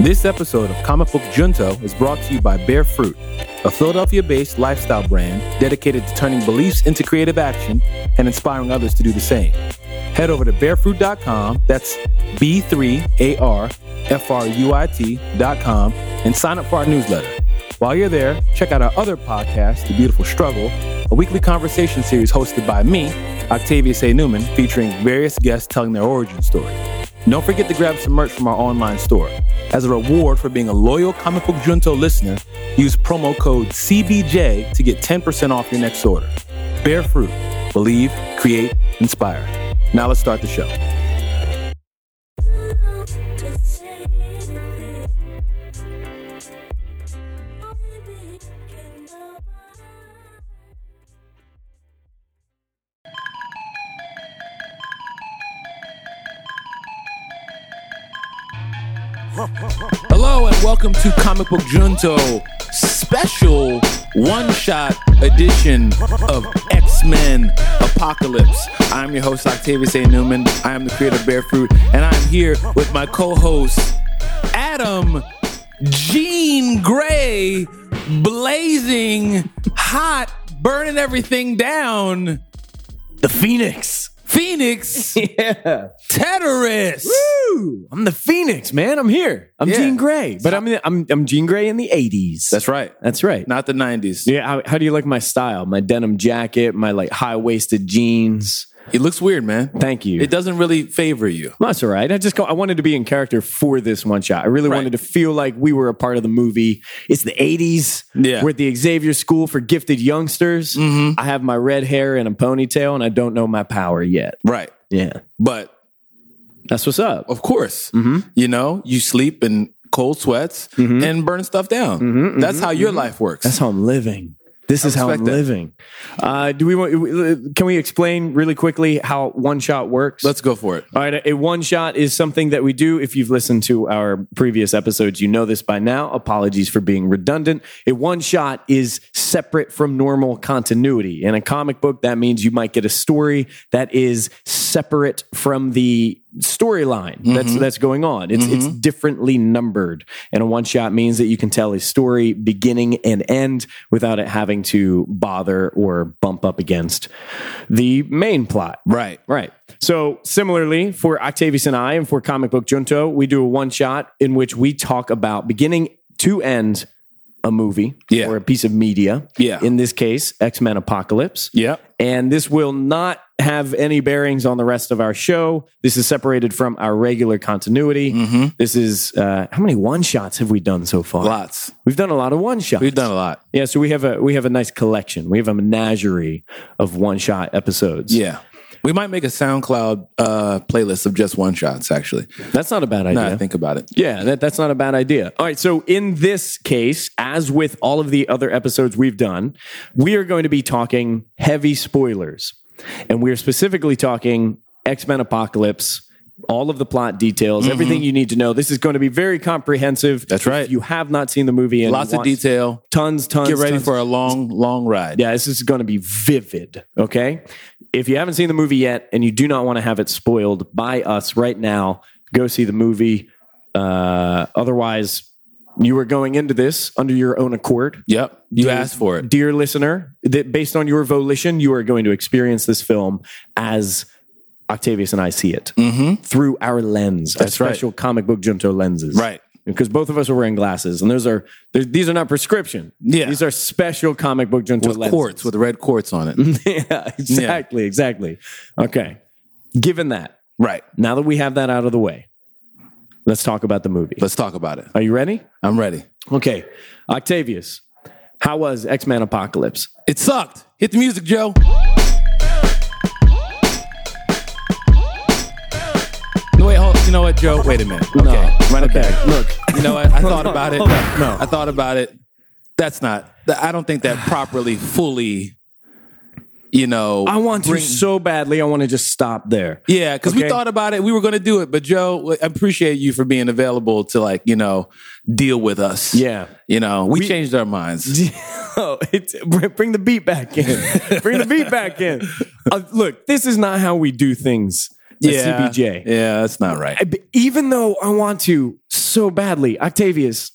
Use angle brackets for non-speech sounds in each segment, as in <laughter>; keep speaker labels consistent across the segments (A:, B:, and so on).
A: This episode of Comic Book Junto is brought to you by Bear Fruit, a Philadelphia based lifestyle brand dedicated to turning beliefs into creative action and inspiring others to do the same. Head over to barefruit.com, that's B 3 A R F R U I T.com, and sign up for our newsletter. While you're there, check out our other podcast, The Beautiful Struggle, a weekly conversation series hosted by me, Octavius A. Newman, featuring various guests telling their origin story. Don't forget to grab some merch from our online store. As a reward for being a loyal Comic Book Junto listener, use promo code CBJ to get 10% off your next order. Bear fruit, believe, create, inspire. Now let's start the show. Hello and welcome to Comic Book Junto special one-shot edition of X-Men Apocalypse. I'm your host Octavius A. Newman. I am the creator of Bear Fruit, and I'm here with my co-host Adam Jean Grey, blazing hot, burning everything down.
B: The Phoenix.
A: Phoenix
B: Yeah.
A: Teteris.
B: Woo! I'm the Phoenix, man. I'm here. I'm
A: Yeah.
B: Gene Gray. But I'm I'm I'm Gene Gray in the 80s.
A: That's right.
B: That's right.
A: Not the 90s.
B: yeah, how, how do you like my style? My denim jacket, my like high-waisted jeans.
A: It looks weird, man.
B: Thank you.
A: It doesn't really favor you.
B: Well, That's all right. I just go, I wanted to be in character for this one shot. I really
A: Right.
B: wanted to feel like we were a part of the movie. It's the 80s.
A: Yeah.
B: We're at the Xavier School for Gifted Youngsters. I have my red hair and a ponytail and I don't know my power yet.
A: Right.
B: Yeah.
A: But
B: That's what's up.
A: of course, you know, you sleep in cold sweats and burn stuff down. That's how your life works.
B: That's how I'm living. This is how I'm
A: respect that.
B: living. Uh, do we want? Can we explain really quickly how one shot works?
A: Let's go for it.
B: All right, a one shot is something that we do. If you've listened to our previous episodes, you know this by now. Apologies for being redundant. A one shot is separate from normal continuity. In a comic book, that means you might get a story that is separate from the storyline that's that's going on. It's it's differently numbered. And a one shot means that you can tell a story beginning and end without it having to bother or bump up against the main plot.
A: Right.
B: Right. So similarly, for Octavius and I, and for Comic Book Junto, we do a one shot in which we talk about beginning to end a movie
A: Yeah.
B: or a piece of media.
A: Yeah.
B: In this case, X Men Apocalypse.
A: Yeah.
B: And this will not have any bearings on the rest of our show. This is separated from our regular continuity.
A: Mm-hmm.
B: This is uh, how many one shots have we done so far?
A: Lots.
B: We've done a lot of one shots.
A: We've done a lot.
B: yeah. So we have a we have a nice collection. We have a menagerie of one shot episodes.
A: Yeah. We might make a SoundCloud uh, playlist of just one shots, actually.
B: that's not a bad idea.
A: Now I think about it.
B: Yeah, that, that's not a bad idea. All right. So, in this case, as with all of the other episodes we've done, we are going to be talking heavy spoilers. And we're specifically talking X Men Apocalypse, all of the plot details, everything you need to know. This is going to be very comprehensive.
A: Mm-hmm. That's right.
B: If you have not seen the movie and
A: Lots of
B: want-
A: detail.
B: Tons, tons.
A: Get ready
B: tons-
A: for a long, long ride.
B: yeah, this is going to be vivid. Okay. If you haven't seen the movie yet and you do not want to have it spoiled by us right now, go see the movie. Uh, otherwise, you are going into this under your own accord.
A: Yep. You asked for it.
B: Dear listener, that based on your volition, you are going to experience this film as Octavius and I see it through our lens,
A: Mm-hmm. That's
B: our
A: right.
B: special comic book junto lenses.
A: Right.
B: Because both of us are wearing glasses, and those are they're- these are not prescription.
A: Yeah.
B: these are special comic book junto
A: With
B: lenses
A: quartz, with red quartz on it.
B: <laughs> yeah, exactly, exactly. Okay. Given that,
A: right.
B: now that we have that out of the way, let's talk about the movie.
A: Let's talk about it.
B: Are you ready?
A: I'm ready.
B: Okay. Octavius, how was X Men Apocalypse?
A: It sucked. Hit the music, Joe. No, wait, hold. You know what, Joe? Wait a minute. Okay, run it
B: okay.
A: back.
B: Look.
A: You know what? I thought about it.
B: <laughs> Hold on. No.
A: I thought about it. That's not. th- I don't think that properly, fully. You know,
B: I want to
A: bring-
B: so badly. I want to just stop <laughs> there.
A: Yeah, because we
B: Okay.
A: thought about it. We were going to do it, but Joe, I appreciate you for being available to like you know deal with us.
B: Yeah.
A: you know, we, changed our minds.
B: oh, it's, br- bring the <laughs> beat back in. bring the beat back in. Uh, look, this is not how we do things a CBJ.
A: Yeah, that's not right.
B: I- but even though I want to so badly, Octavius,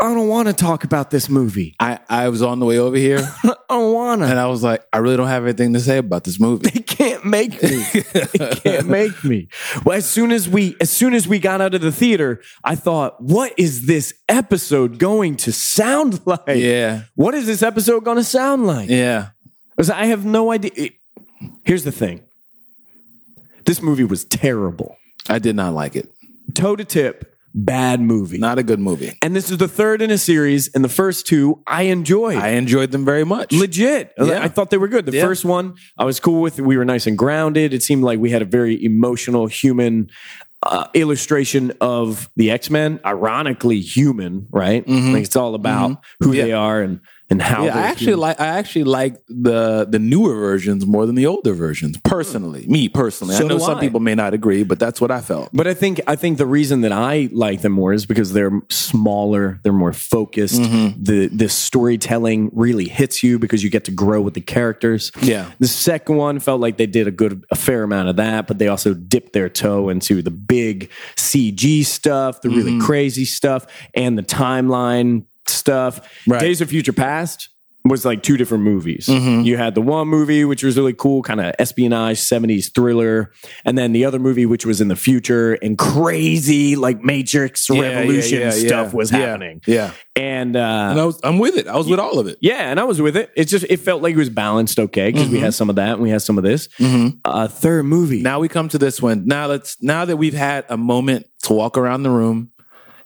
B: I don't want to talk about this movie.
A: I, I was on the way over <laughs> here
B: I don't want <laughs> to.
A: and I was like, I really don't have anything to say about this movie.
B: They can't make me. they can't make me. Well, as soon as we as soon as we got out of the theater, I thought, what is this episode going to sound <laughs> like?
A: <laughs> yeah.
B: What is this episode going to sound like?
A: Yeah.
B: Because I have no idea. it- Here's the thing. This movie was terrible.
A: I did not like it.
B: Toe to tip, bad movie.
A: Not a good movie.
B: and this is the third in a series, and the first two I enjoyed.
A: I enjoyed them very much.
B: Legit.
A: Yeah.
B: I thought they were good. The
A: Yeah.
B: first one I was cool with. We were nice and grounded. It seemed like we had a very emotional human uh, illustration of the X Men. Ironically, human, right?
A: Mhm.
B: Like it's all about who
A: Mm-hmm. Yeah.
B: they are and and how.
A: yeah, I
B: they're
A: actually like I actually like the the newer versions more than the older versions. Personally, me personally,
B: So
A: I know
B: do
A: some
B: I.
A: people may not agree, but that's what I felt.
B: But I think I think the reason that I like them more is because they're smaller, they're more focused. The the storytelling really hits you because you get to grow with the characters.
A: Yeah.
B: The second one felt like they did a good a fair amount of that, but they also dipped their toe into the big CG stuff, the
A: Mm-hmm.
B: really crazy stuff, and the timeline stuff.
A: Right. Mm-hmm.
B: Days of Future Past was like two different movies. You had the one movie which was really cool, kind of espionage 70s thriller, and then the other movie which was in the future and crazy like Matrix
A: Yeah, yeah,
B: revolution
A: yeah, yeah.
B: stuff was
A: Yeah,
B: happening.
A: Yeah,
B: And uh
A: and I was, I'm with it. I was with all of it.
B: yeah, and I was with it. It's just it felt like it was balanced okay because we had some of that and we had some of this. Uh third movie.
A: Mm-hmm. Now we come to this one. Now let's now that we've had a moment to walk around the room,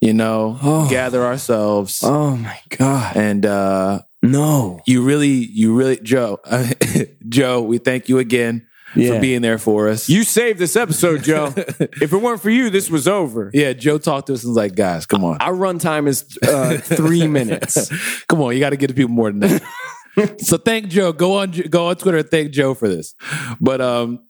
A: you know,
B: Oh.
A: gather ourselves,
B: oh my god.
A: and uh,
B: No.
A: you really, you really, Joe, <laughs> Joe, we thank you again
B: Yeah.
A: for being there for us.
B: You saved this episode,
A: <laughs>
B: Joe. if it weren't for you, this was over.
A: yeah, Joe talked to us and was like, guys, come
B: <laughs>
A: on.
B: Our runtime is uh,
A: <laughs>
B: three minutes.
A: Come on, you got to get the people more than that.
B: <laughs>
A: so thank Joe. Go on, go on Twitter. and Thank Joe for this. But um,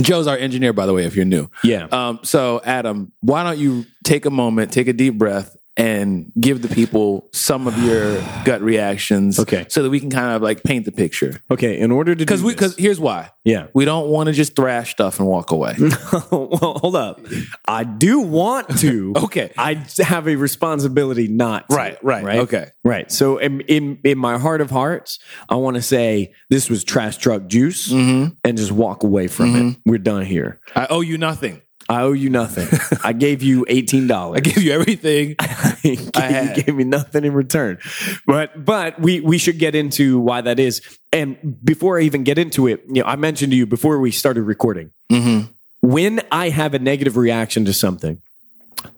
A: Joe's our engineer, by the way. If you're new,
B: Yeah.
A: Um, so Adam, why don't you take a moment, take a deep breath, and give the people some of your gut reactions,
B: Okay.
A: So that we can kind of like paint the picture.
B: Okay, in order to
A: Because
B: do
A: we,
B: this-
A: because here's why.
B: yeah. Mm.
A: We don't want to just thrash stuff and walk away.
B: <laughs> well, hold up. I do want to.
A: <laughs> Okay.
B: I have a responsibility not. to,
A: Right, right, okay.
B: Right. So in in, in my heart of hearts, I want to say this was trash truck juice
A: Mm-hmm.
B: and just walk away from it. We're done here.
A: I owe you nothing.
B: I owe you
A: <laughs>
B: nothing. I gave you eighteen dollars.
A: I give you
B: <laughs>
A: everything.
B: you
A: I had.
B: gave me nothing in return. But but we we should get into why that is. And before I even get into it, you know, I mentioned to you before we started recording.
A: Mm-hmm.
B: When I have a negative reaction to something,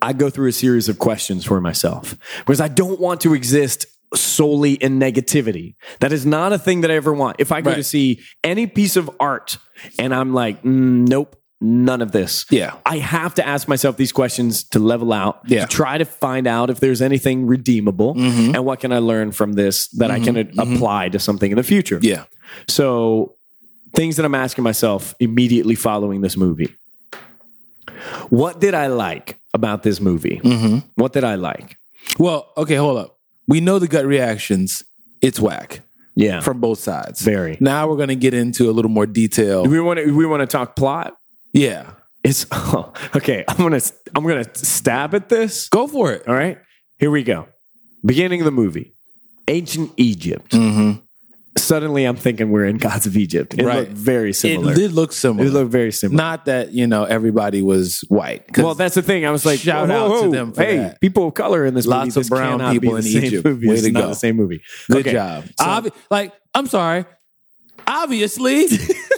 B: I go through a series of questions for myself because I don't want to exist solely in negativity. That is not a thing that I ever want. If I go
A: Right.
B: to see any piece of art and I'm like, "Mm, nope, none of this.
A: Yeah.
B: I have to ask myself these questions to level out,
A: Yeah.
B: to try to find out if there's anything redeemable
A: Mm-hmm.
B: and what can I learn from this that I can a- apply to something in the future.
A: Yeah.
B: So, things that I'm asking myself immediately following this movie. What did I like about this movie?
A: Mm-hmm.
B: What did I like?
A: Well, okay, hold up. We know the gut reactions. It's whack
B: Yeah.
A: from both sides.
B: Very.
A: Now we're going to get into a little more detail.
B: we want to we want to talk plot.
A: Yeah.
B: It's <laughs> oh, okay. I'm gonna I'm gonna stab at this.
A: Go for it.
B: All right. Here we go. Beginning of the movie. Ancient Egypt.
A: Mm.
B: Suddenly I'm thinking we're in gods of Egypt. It
A: Right.
B: looked very
A: It
B: similar. It,
A: did look similar.
B: looked very similar.
A: Not that, you know, everybody was white. 'Cause
B: well, that's the thing. I was like,
A: Shout
B: whoa,
A: out
B: whoa,
A: to
B: whoa.
A: them for
B: hey,
A: that.
B: people of color in this movie.
A: Lots of
B: This
A: brown
B: cannot be
A: people
B: the
A: in
B: same
A: Egypt.
B: Movie.
A: Way
B: It's
A: to
B: not
A: go.
B: the same movie.
A: good
B: Okay.
A: job.
B: So-
A: Obvi- like, I'm sorry.
B: <laughs>
A: Obviously,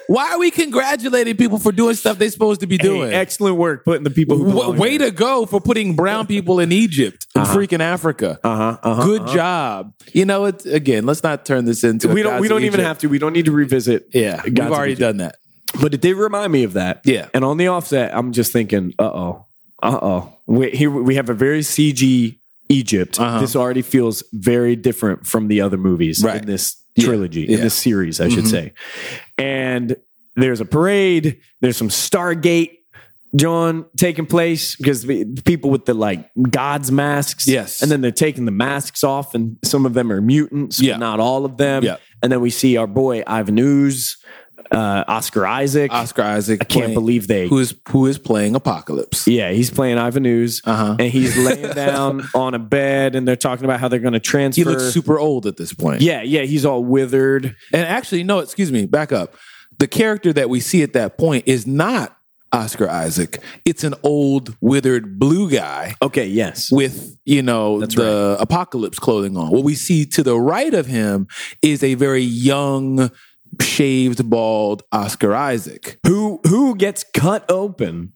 A: why are we congratulating people for doing stuff they're supposed to be
B: Hey,
A: doing?
B: excellent work putting the people who
A: Wa- way to go for putting brown people in Egypt and freaking Africa.
B: uh huh. Uh-huh.
A: Good job. You know, it's again. Let's not turn this into.
B: We don't. We don't even have to. We don't need to revisit.
A: Yeah,
B: Gods of
A: we've already
B: Egypt.
A: done that.
B: But it did remind me of that.
A: Yeah.
B: And on the offset, I'm just thinking, uh oh, uh oh. We, here we have a very CG Egypt.
A: Uh-huh.
B: This already feels very different from the other movies
A: Right.
B: in this
A: Yeah.
B: trilogy, in
A: Yeah. Mm-hmm.
B: this series, I should say. And there's a parade. There's some Stargate. John taking place because the people with the like gods masks,
A: Yes.
B: and then they're taking the masks off, and some of them are mutants, but
A: Yeah.
B: not all of them.
A: Yeah.
B: And then we see our boy Ivan Ooze uh, Oscar Isaac.
A: Oscar Isaac.
B: I can't
A: playing-
B: believe they.
A: who is who is playing Apocalypse.
B: yeah, he's playing Ivan Ooze,
A: Uh-huh.
B: and he's
A: <laughs>
B: laying down on a bed, and they're talking about how they're going to transfer.
A: He looks super old at this point.
B: Yeah, yeah, he's all withered.
A: And actually, no, excuse me, back up. The character that we see at that point is not Oscar Isaac. It's an old, withered blue guy
B: Okay, yes.
A: with, you know, the apocalypse clothing on. What we see to the right of him is a very young, shaved, bald Oscar Isaac.
B: who who gets cut open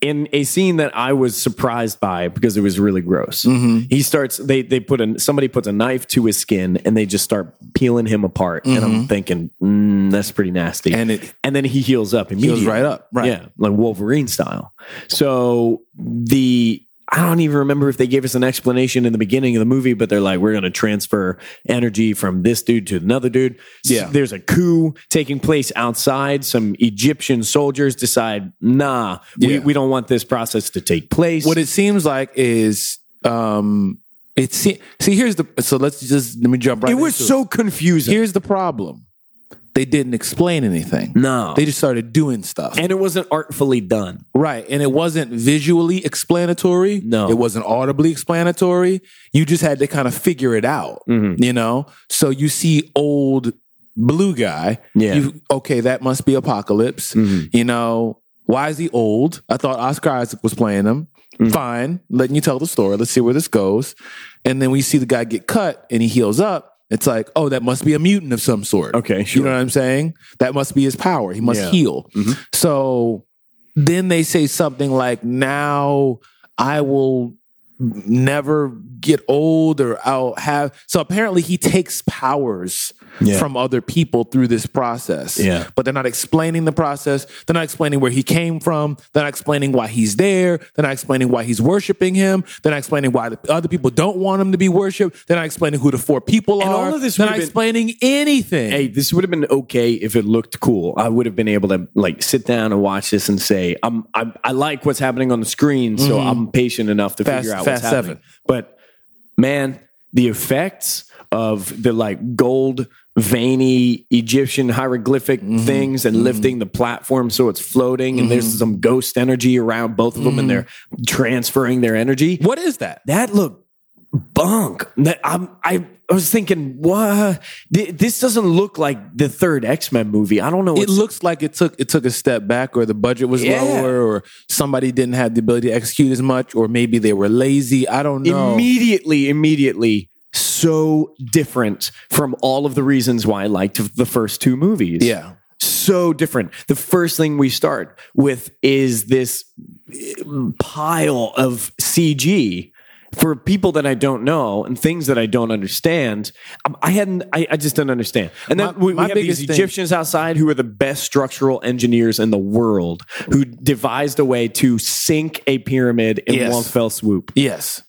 B: in a scene that I was surprised by because it was really gross.
A: Mm-hmm.
B: He starts they they put a somebody puts a knife to his skin and they just start peeling him apart. And I'm thinking mm, that's pretty nasty.
A: Mm-hmm. And it-
B: and then he heals up
A: He
B: immediately.
A: was right up. Right.
B: Yeah, like Wolverine style. So the I don't even remember if they gave us an explanation in the beginning of the movie, but they're like, we're going to transfer energy from this dude to another dude. S-
A: Yeah.
B: There's a coup taking place outside. Some Egyptian soldiers decide, nah, we,
A: Yeah.
B: we don't want this process to take place.
A: What it seems like is um it se- see here's the so let's just let me jump right
B: it was
A: into
B: so confusing.
A: Here's the problem. They didn't explain anything.
B: no.
A: They just started doing stuff.
B: and it wasn't artfully done.
A: right. And it wasn't visually explanatory.
B: No.
A: It wasn't audibly explanatory. You just had to kind of figure it out,
B: Mm-hmm.
A: you know? So you see old blue guy.
B: Yeah. Mm-hmm.
A: You, okay, that must be Apocalypse. You know, why is he old? I thought Oscar Isaac was playing him.
B: Mm-hmm.
A: Fine. Letting you tell the story. Let's see where this goes. And then we see the guy get cut and he heals up. It's like, oh, that must be a mutant of some sort.
B: Okay, sure.
A: You know what I'm saying? That must be his power. He must
B: Yeah. Mm-hmm.
A: heal. So then they say something like, now I will never get old or I'll have. So apparently he takes powers
B: Yeah.
A: from other people through this process.
B: Yeah.
A: But they're not explaining the process. They're not explaining where he came from. They're not explaining why he's there. They're not explaining why he's worshiping him. They're not explaining why the other people don't want him to be worshiped. They're not explaining who the four people
B: And
A: are.
B: all of this
A: they're
B: would've
A: not
B: been-
A: explaining anything.
B: hey, this would have been okay if it looked cool. I would have been able to like sit down and watch this and say, I'm, I'm I like what's happening on the screen, so I'm patient enough to
A: Mm-hmm. Fast-
B: figure out
A: Fast
B: what's happening.
A: Seven.
B: But man, the effects of the like gold veiny Egyptian hieroglyphic
A: Mm-hmm.
B: things and lifting the platform so it's floating and there's some ghost energy around both of them and
A: Mm-hmm.
B: they're transferring their energy
A: what is that?
B: that looked bunk. That I'm, I, I was thinking, what? Th- This doesn't look like the third X Men movie. I don't know.
A: it
B: what's-
A: looks like it took it took a step back or the budget was
B: Yeah.
A: lower or somebody didn't have the ability to execute as much or maybe they were lazy i don't know
B: immediately, immediately so different from all of the reasons why I liked the first two movies.
A: yeah
B: so different. The first thing we start with is this um, pile of CG for people that I don't know and things that I don't understand. Um, I hadn't, I, I just don't understand. And then
A: My-
B: we, we
A: my
B: have these
A: biggest thing-
B: Egyptians outside who are the best structural engineers in the world who devised a way to sink a pyramid in
A: Yes.
B: one fell swoop.
A: yes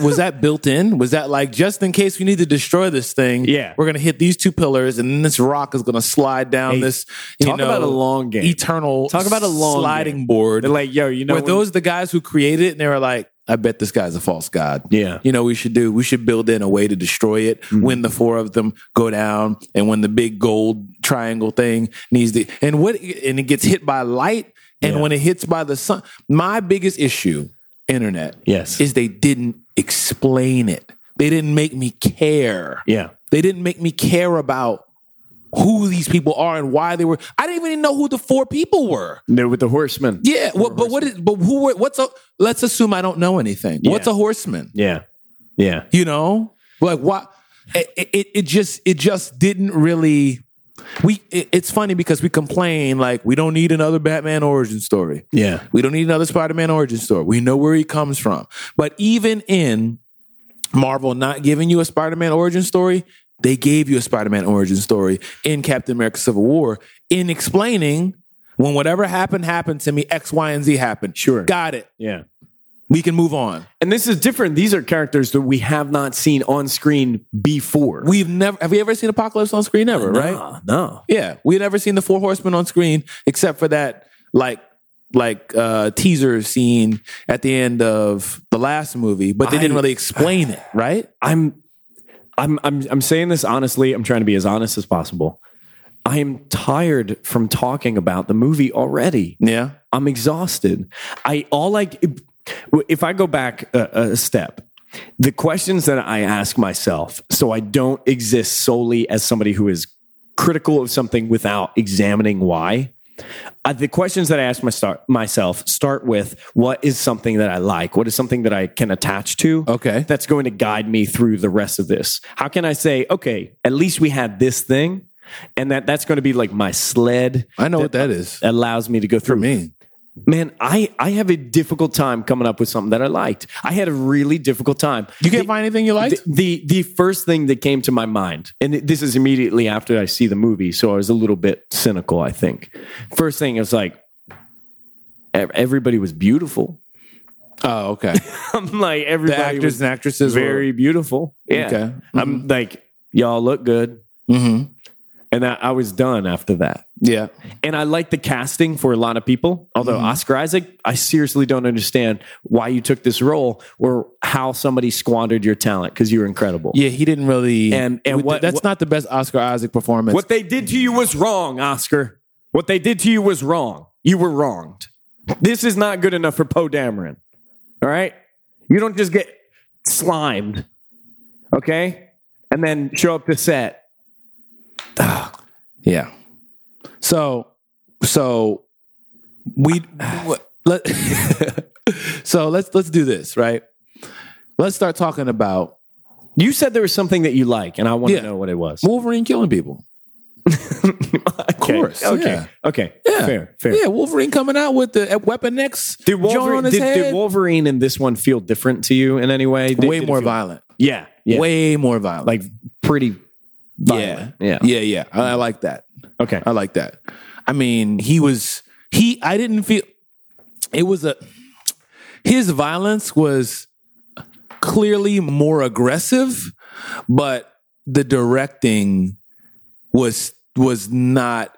A: was that built in was that like just in case we need to destroy this thing
B: Yeah.
A: we're gonna hit these two pillars and then this rock is gonna slide down this you
B: talk
A: know,
B: about a long game.
A: eternal
B: Talk about a long
A: sliding
B: game.
A: board
B: They're like, yo, you know,
A: were
B: when-
A: those the guys who created it and they were like i bet this guy's a false god
B: Yeah. Mm-hmm.
A: you know we should do we should build in a way to destroy it when the four of them go down and when the big gold triangle thing needs to and what and it gets hit by light and
B: Yeah.
A: when it hits by the sun my biggest issue internet
B: Yes.
A: is they didn't explain it they didn't make me care
B: yeah.
A: they didn't make me care about who these people are and why they were i didn't even know who the four people were
B: They're with the horsemen.
A: yeah, what, but what is but who were- what's a let's assume I don't know anything. What's
B: Yeah.
A: a horseman?
B: Yeah. Yeah.
A: You know? Like what it, it it just it just didn't really we it- it's funny because we complain like we don't need another Batman origin story.
B: Yeah.
A: We don't need another Spider-Man origin story. We know where he comes from. But even in Marvel not giving you a Spider-Man origin story, they gave you a Spider-Man origin story in Captain America Civil War in explaining when whatever happened happened to me, X, Y, and Z happened.
B: Sure.
A: Got it.
B: Yeah.
A: We can move on.
B: And this is different. These are characters that we have not seen on screen before.
A: We've never have we ever seen Apocalypse on screen ever, right?
B: No, no.
A: Yeah, we had never seen the Four Horsemen on screen except for that like like uh teaser scene at the end of the last movie, but they didn't
B: I-
A: really explain <sighs> it, right?
B: I'm I'm I'm I'm saying this honestly. I'm trying to be as honest as possible. I am tired from talking about the movie already.
A: Yeah.
B: I'm exhausted. I all I if I go back a, a step, the questions that I ask myself, so I don't exist solely as somebody who is critical of something without examining why. I, the questions that I ask my start, myself start with what is something that I like? What is something that I can attach to?
A: Okay.
B: that's going to guide me through the rest of this. How can I say, okay, at least we had this thing, and that that's going to be like my sled
A: I know what that is.
B: that allows me to go through.
A: For me.
B: Man, I I have a difficult time coming up with something that I liked. I had a really difficult time.
A: You can't
B: The-
A: find anything you liked?
B: the, the the first thing that came to my mind, and this is immediately after I see the movie, so I was a little bit cynical. I think first thing is like ev- everybody was beautiful. <laughs>
A: oh, okay.
B: I'm
A: <laughs>
B: like
A: The
B: everybody was
A: actors and actresses
B: very beautiful. Yeah.
A: Okay.
B: I'm like, y'all look good.
A: were. Mm-hmm.
B: And I, I was done after that.
A: Yeah.
B: And I like the casting for a lot of people. Although
A: Mm-hmm.
B: Oscar Isaac, I seriously don't understand why you took this role or how somebody squandered your talent because you were incredible.
A: Yeah, he didn't really.
B: And- and
A: with-
B: what-
A: that's
B: what-
A: not the best Oscar Isaac performance.
B: What they did to you was wrong, Oscar. What they did to you was wrong. You were wronged. This is not good enough for Poe Dameron. All right? You don't just get slimed, okay? And then show up to set
A: Yeah. So, so we what- let. <laughs> so let's let's do this right. Let's start talking about
B: You said there was something that you like, and I want
A: Yeah.
B: to know what it was.
A: Wolverine killing people.
B: of
A: course,
B: Okay.
A: yeah.
B: Okay.
A: Yeah.
B: Fair. Fair.
A: Yeah, Wolverine coming out with the uh, Weapon X
B: Did
A: joint
B: Wolverine,
A: on his
B: did,
A: head.
B: did Wolverine in this one feel different to you in any way? Did-
A: way
B: did it
A: more
B: feel-
A: violent.
B: Yeah. yeah.
A: Way more violent.
B: like pretty violent.
A: yeah, yeah, yeah, yeah. I, I like that.
B: Okay.
A: I like that. I mean, he was he. I didn't feel it was a his violence was clearly more aggressive, but the directing was was not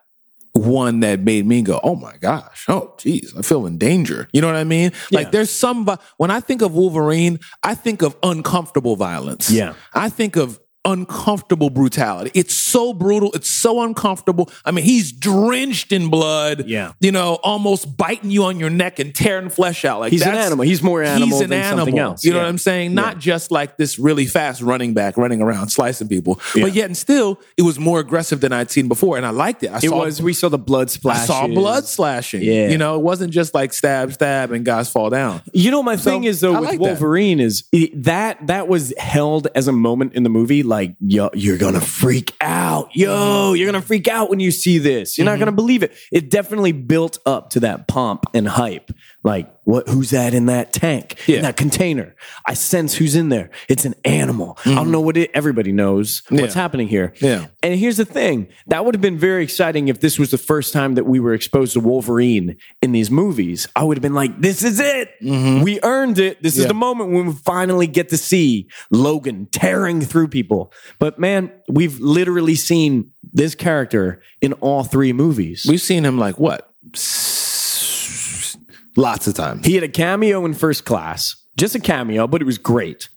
A: one that made me go, "Oh my gosh, oh geez, I feel in danger." You know what I mean?
B: Yeah.
A: Like there's some vi- when I think of Wolverine, I think of uncomfortable violence.
B: Yeah.
A: I think of uncomfortable brutality. It's so brutal. It's so uncomfortable. I mean, he's drenched in blood.
B: Yeah.
A: You know, almost biting you on your neck and tearing flesh out. Like
B: He's an
A: that's-
B: animal. He's more animal than something else.
A: You know
B: Yeah.
A: what I'm saying? Not just like this really fast running back running around slicing people,
B: Yeah.
A: but yet and still, it was more aggressive than I'd seen before, and I liked it. I
B: It
A: saw,
B: was. We saw the blood
A: I
B: splash.
A: saw blood slashing.
B: Yeah.
A: You know, it wasn't just like stab, stab, and guys fall down.
B: You know, my thing is though
A: I
B: with
A: like that.
B: Wolverine is that that was held as a moment in the movie. Like, yo, you're gonna freak out, yo,
A: Mm-hmm.
B: you're gonna freak out when you see this. You're not gonna believe it. It definitely built up to that pomp and hype. Like, what? Who's that in that tank?
A: Yeah.
B: In that container? I sense who's in there. It's an animal. I don't know what it. Everybody knows what's
A: Mm-hmm. Yeah.
B: happening here.
A: Yeah.
B: And here's the thing that would have been very exciting if this was the first time that we were exposed to Wolverine in these movies. I would have been like, this is it. We earned it. This is
A: Yeah.
B: the moment when we finally get to see Logan tearing through people. But man, we've literally seen this character in all three movies.
A: We've seen him like what? S- Lots of times.
B: He had a cameo in First Class, just a cameo, but it was great.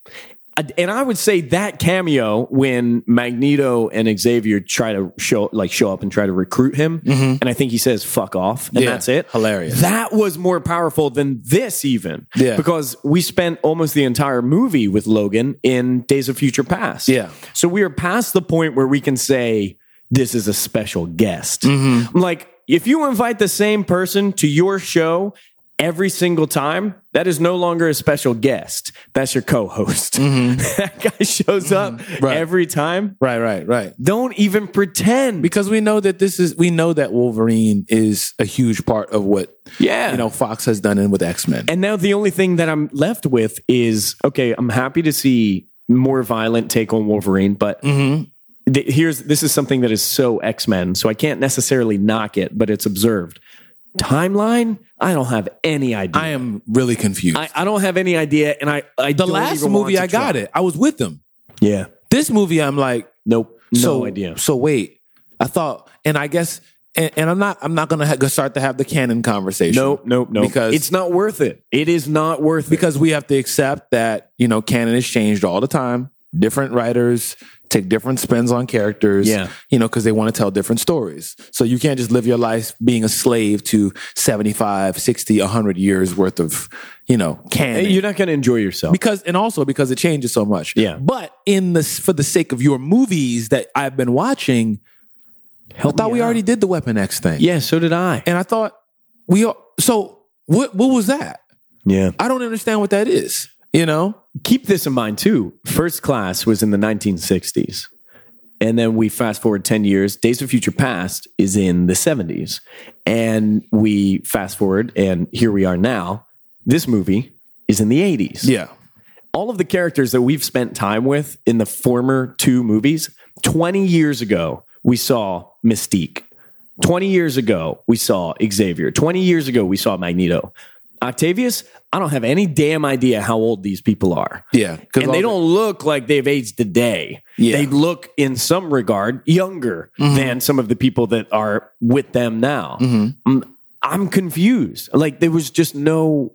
B: And I would say that cameo when Magneto and Xavier try to show like show up and try to recruit him, and I think he says "fuck off," and
A: Mm-hmm. Yeah.
B: that's it.
A: Hilarious.
B: That was more powerful than this, even
A: Yeah.
B: because we spent almost the entire movie with Logan in Days of Future Past.
A: Yeah.
B: so we are past the point where we can say this is a special guest.
A: Mm-hmm.
B: I'm like, if you invite the same person to your show every single time, that is no longer a special guest. That's your co-host. <laughs> that guy shows up
A: Mm-hmm. Right.
B: every time.
A: right, right, right.
B: Don't even pretend.
A: Because we know that this is, we know that Wolverine is a huge part of what,
B: Yeah.
A: you know, Fox has done in with X Men.
B: And now the only thing that I'm left with is okay, I'm happy to see more violent take on Wolverine, but
A: Mm-hmm.
B: th- here's this is something that is so X Men, so I can't necessarily knock it, but it's observed. Timeline? I don't have any idea.
A: I am really confused.
B: I, I don't have any idea, and I, I
A: the last movie, I got it. I was with them.
B: Yeah,
A: This movie, I'm like,
B: nope, no
A: so,
B: idea.
A: So wait, I thought, and I guess, and, and I'm not, I'm not gonna ha- go start to have the canon conversation.
B: Nope, nope, nope.
A: Because-
B: it's not worth it. It is not worth it.
A: because we have to accept that you know canon has changed all the time. different writers take different spins on characters
B: Yeah.
A: you know because they want to tell different stories so you can't just live your life being a slave to 75 60 100 years worth of you know canon
B: You're not going to enjoy yourself.
A: because and also because it changes so much
B: Yeah.
A: but in this for the sake of your movies that i've been watching i thought we already did the weapon x thing
B: Yeah, so did I.
A: and i thought we all, so what what was that
B: Yeah.
A: i don't understand what that is you know
B: Keep this in mind too. First Class was in the 1960s. And then we fast forward 10 years, Days of Future Past is in the 70s. And we fast forward and here we are now. This movie is in the 80s.
A: yeah
B: all of the characters that we've spent time with in the former two movies, 20 years ago, we saw Mystique. 20 years ago, we saw Xavier. 20 years ago, we saw Magneto. Octavius, I don't have any damn idea how old these people are.
A: yeah because
B: And they don't look like they've aged a day.
A: Yeah.
B: They look, in some regard, younger than some of the people that are with them now. I'm, I'm confused. Like, there was just no,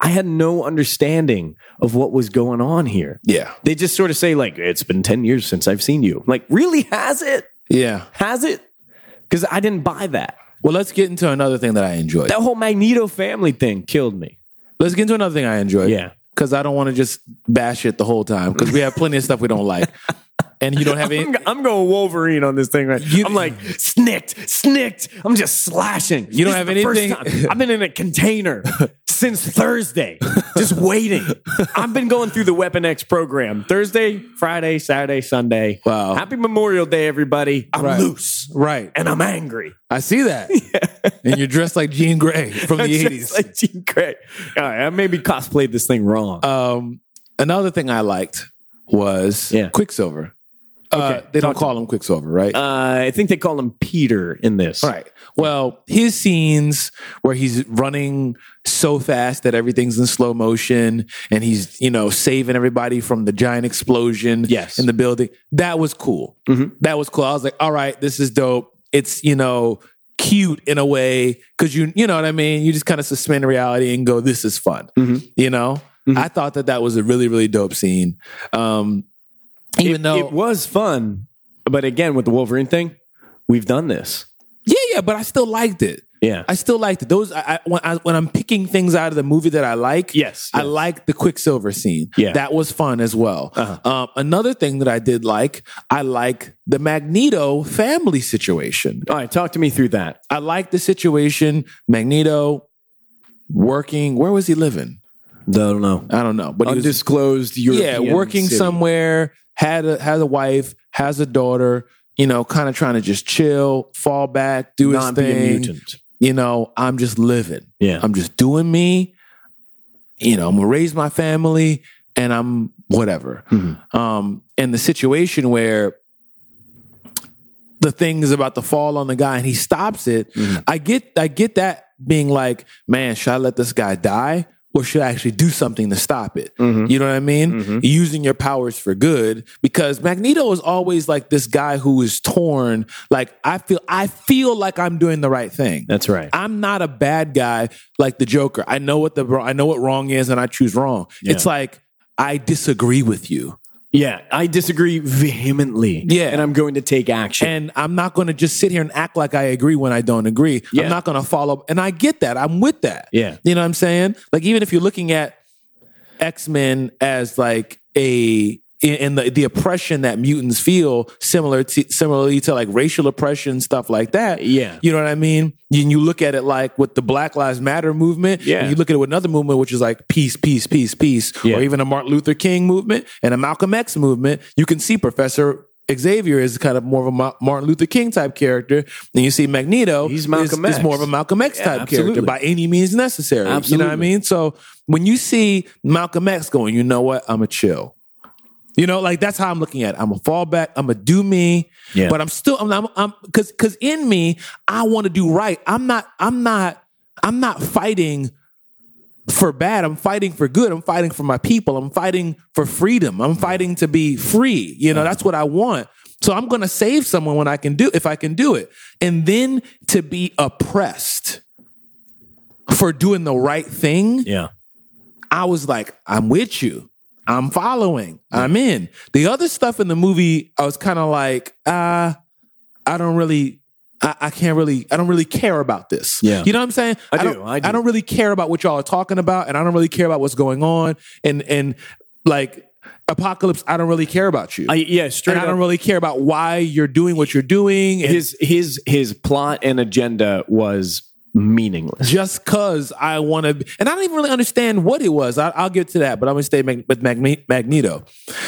B: I had no understanding of what was going on here.
A: yeah
B: They just sort of say, like, it's been 10 years since I've seen you. Like, really? Has it?
A: yeah
B: Has it? Because I didn't buy that.
A: Well, let's get into another thing that I enjoyed.
B: That whole Magneto family thing killed me.
A: Let's get into another thing I enjoyed.
B: Yeah.
A: Because I don't want to just bash it the whole time because we have plenty of stuff we don't
B: <laughs>
A: like. And you don't have any.
B: I'm, I'm going Wolverine on this thing right.
A: You-
B: I'm like snicked, snicked. I'm just slashing.
A: You don't
B: This
A: have
B: is the first
A: anything-
B: time. I've been in a container
A: <laughs>
B: since Thursday, just waiting. I've been going through the Weapon X program Thursday, Friday, Saturday, Sunday.
A: Wow.
B: Happy Memorial Day, everybody. I'm
A: Right.
B: loose
A: Right.
B: and I'm angry.
A: I see
B: <laughs>
A: that. And you're dressed like Jean Grey from the
B: That's <laughs>
A: 80s.
B: just Like Gene Craig. All right, I maybe cosplayed this thing wrong.
A: um, another thing I liked was
B: Yeah.
A: Quicksilver. Uh,
B: Okay,
A: they don't
B: talk to
A: call him Quicksilver, right?
B: uh, I think they call him Peter in this.
A: Right. Well, his scenes where he's running so fast that everything's in slow motion and he's, you know, saving everybody from the giant explosion
B: Yes. Mm-hmm.
A: in the building, that was cool. That was cool. I was like, all right, this is dope. It's, you know, cute in a way because you, you know what I mean? You just kind of suspend reality and go, this is fun,
B: Mm-hmm.
A: you know? I thought that that was a really, really dope scene. Um, even
B: it,
A: though
B: it was fun, but again with the Wolverine thing, we've done this.
A: Yeah, yeah, but I still liked it.
B: Yeah.
A: I still liked it. Those I, I, when I when I'm picking things out of the movie that I like,
B: Yes,
A: I
B: yes.
A: like the Quicksilver scene.
B: Yeah. Uh-huh.
A: that was fun as well. Um, another thing that I did like, I like the Magneto family situation.
B: All right, talk to me through that.
A: I like the situation. Magneto working. Where was he living?
B: Don't know.
A: I don't know, but he was
B: Undisclosed European.
A: yeah, working
B: city.
A: somewhere, had a, has a wife, has a daughter. You know, kind of trying to just chill, fall back, do his
B: Not be a
A: thing
B: mutant.
A: you know, I'm just living.
B: Yeah.
A: I'm just doing me. You know, I'm gonna raise my family and I'm whatever.
B: Mm-hmm.
A: Um, and the situation where the thing is about to fall on the guy and he stops it,
B: Mm-hmm.
A: I get I get that being like, man, should I let this guy die? Or should I actually do something to stop it?
B: Mm-hmm.
A: You know what I mean? Using your powers for good, because Magneto is always like this guy who is torn. Like I feel, I feel like I'm doing the right thing.
B: That's right.
A: I'm not a bad guy like the Joker. I know what the I know what wrong is, and I choose wrong. It's like I disagree with you,
B: yeah, I disagree vehemently.
A: Yeah.
B: and I'm going to take action.
A: and I'm not going to just sit here and act like I agree when I don't agree.
B: Yeah.
A: I'm not going to follow, and I get that. I'm with that.
B: Yeah.
A: you know what I'm saying. Like even if you're looking at X Men as like a and the, the oppression that mutants feel similar to similarly to like racial oppression stuff like that
B: Yeah.
A: you know what i mean and you look at it like with the black lives matter movement
B: Yeah.
A: and you look at it with another movement which is like peace peace peace peace
B: Yeah.
A: or even a martin luther king movement and a malcolm x movement you can see professor Xavier is kind of more of a Ma- Martin Luther King type character, and you see Magneto.
B: He's
A: is-
B: Malcolm
A: is,
B: X.
A: more of a Malcolm X
B: Yeah,
A: type
B: absolutely.
A: character by any means necessary. You know what I
B: Absolutely.
A: mean? So when you see Malcolm X going, you know what? I'm a chill. You know, like that's how I'm looking at it. I'm a fallback. I'm a do me,
B: Yeah.
A: but I'm still I'm I'm- I'm because because in me I want to do right. I'm not I'm not I'm not fighting for bad. I'm fighting for good. I'm fighting for my people. I'm fighting for freedom. I'm fighting to be free. You know, that's what I want. So I'm going to save someone when I can do if I can do it. And then to be oppressed for doing the right thing,
B: yeah,
A: I was like, I'm with you. I'm following. I'm in. The other stuff in the movie, I was kind of like, uh, I don't really. I, I can't really, I don't really care about this.
B: Yeah.
A: You know what I'm saying?
B: I do,
A: don't,
B: I do.
A: don't really care about what y'all are talking about, and I don't really care about what's going on. And and like apocalypse, I don't really care about you.
B: I, yeah, straight
A: and I
B: up.
A: don't really care about why you're doing what you're doing. And
B: his his his plot and agenda was meaningless.
A: just cause I want to, and I don't even really understand what it was. I, I'll get to that, but I'm gonna stay mag- with Magne- Magneto.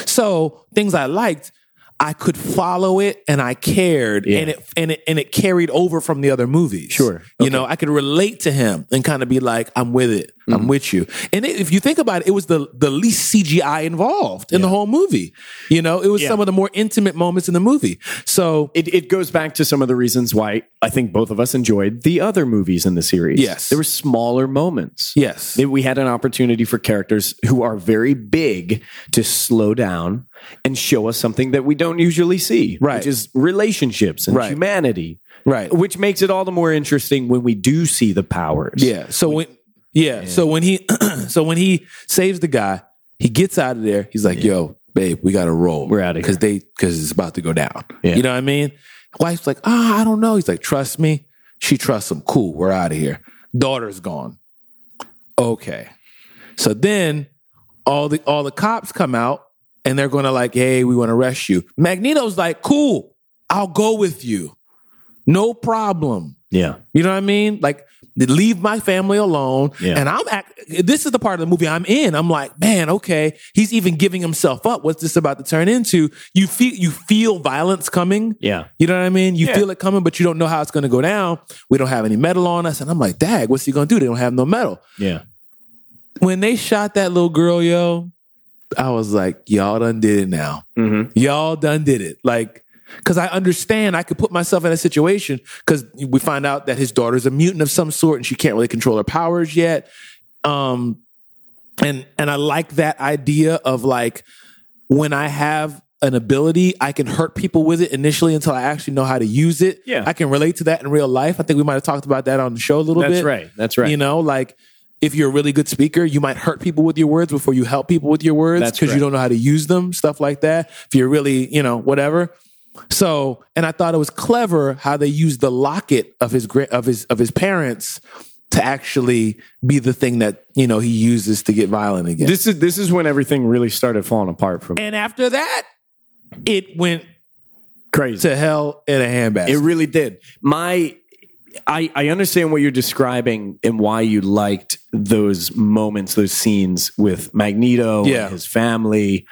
A: So things I liked, I could follow it, and I cared,
B: Yeah.
A: and it and it and it carried over from the other movies.
B: Sure.
A: you know, I could relate to him and kind of be like, I'm with it,
B: Mm-hmm.
A: I'm with you. And it, if you think about it, it was the the least CGI involved in the whole movie. You know, it was
B: Yeah.
A: some of the more intimate moments in the movie. So
B: It, it goes back to some of the reasons why I think both of us enjoyed the other movies in the series.
A: Yes.
B: There were smaller moments.
A: yes,
B: That We had an opportunity for characters who are very big to slow down and show us something that we don't usually see,
A: Right.
B: which is relationships and
A: Right.
B: humanity,
A: right.
B: which makes it all the more interesting when we do see the powers.
A: Yeah. So when yeah, so when he <clears throat> so when he saves the guy, he gets out of there. He's like, "Yo, babe, we got to roll.
B: We're outta here.
A: because they because it's about to go down."
B: Yeah.
A: You know what I mean? Wife's like, "Ah, I don't know." He's like, "Trust me." She trusts him. Cool. We're out of here. Daughter's gone. Okay. So then all the all the cops come out and they're going to like, "Hey, we want to arrest you." Magneto's like, "Cool. I'll go with you. No problem."
B: Yeah.
A: You know what I mean? Like leave my family alone.
B: Yeah.
A: And I'm act- this is the part of the movie I'm in. I'm like, man, okay. He's even giving himself up. What's this about to turn into? You feel you feel violence coming.
B: Yeah.
A: You know what I mean? You
B: Yeah.
A: feel it coming, but you don't know how it's going to go down. We don't have any metal on us, and I'm like, dag, what's he going to do? They don't have no metal.
B: Yeah.
A: When they shot that little girl, yo, I was like, y'all done did it now
B: Mm-hmm.
A: y'all done did it like because i understand i could put myself in a situation because we find out that his daughter's a mutant of some sort and she can't really control her powers yet um and and i like that idea of like when i have an ability i can hurt people with it initially until i actually know how to use it
B: Yeah.
A: i can relate to that in real life i think we might have talked about that on the show a little
B: That's
A: bit
B: right. That's right.
A: you know, like if you're a really good speaker, you might hurt people with your words before you help people with your words
B: That's
A: because you
B: correct.
A: don't know how to use them, stuff like that. If you're really, you know, whatever. So, and I thought it was clever how they used the locket of his gra- of his of his parents to actually be the thing that you know he uses to get violent again.
B: This is this is when everything really started falling apart for me.
A: and after that, it went
B: Crazy.
A: to hell in a handbasket.
B: It really did. My, I, I understand what you're describing and why you liked those moments, those scenes with Magneto
A: Yeah.
B: and his family.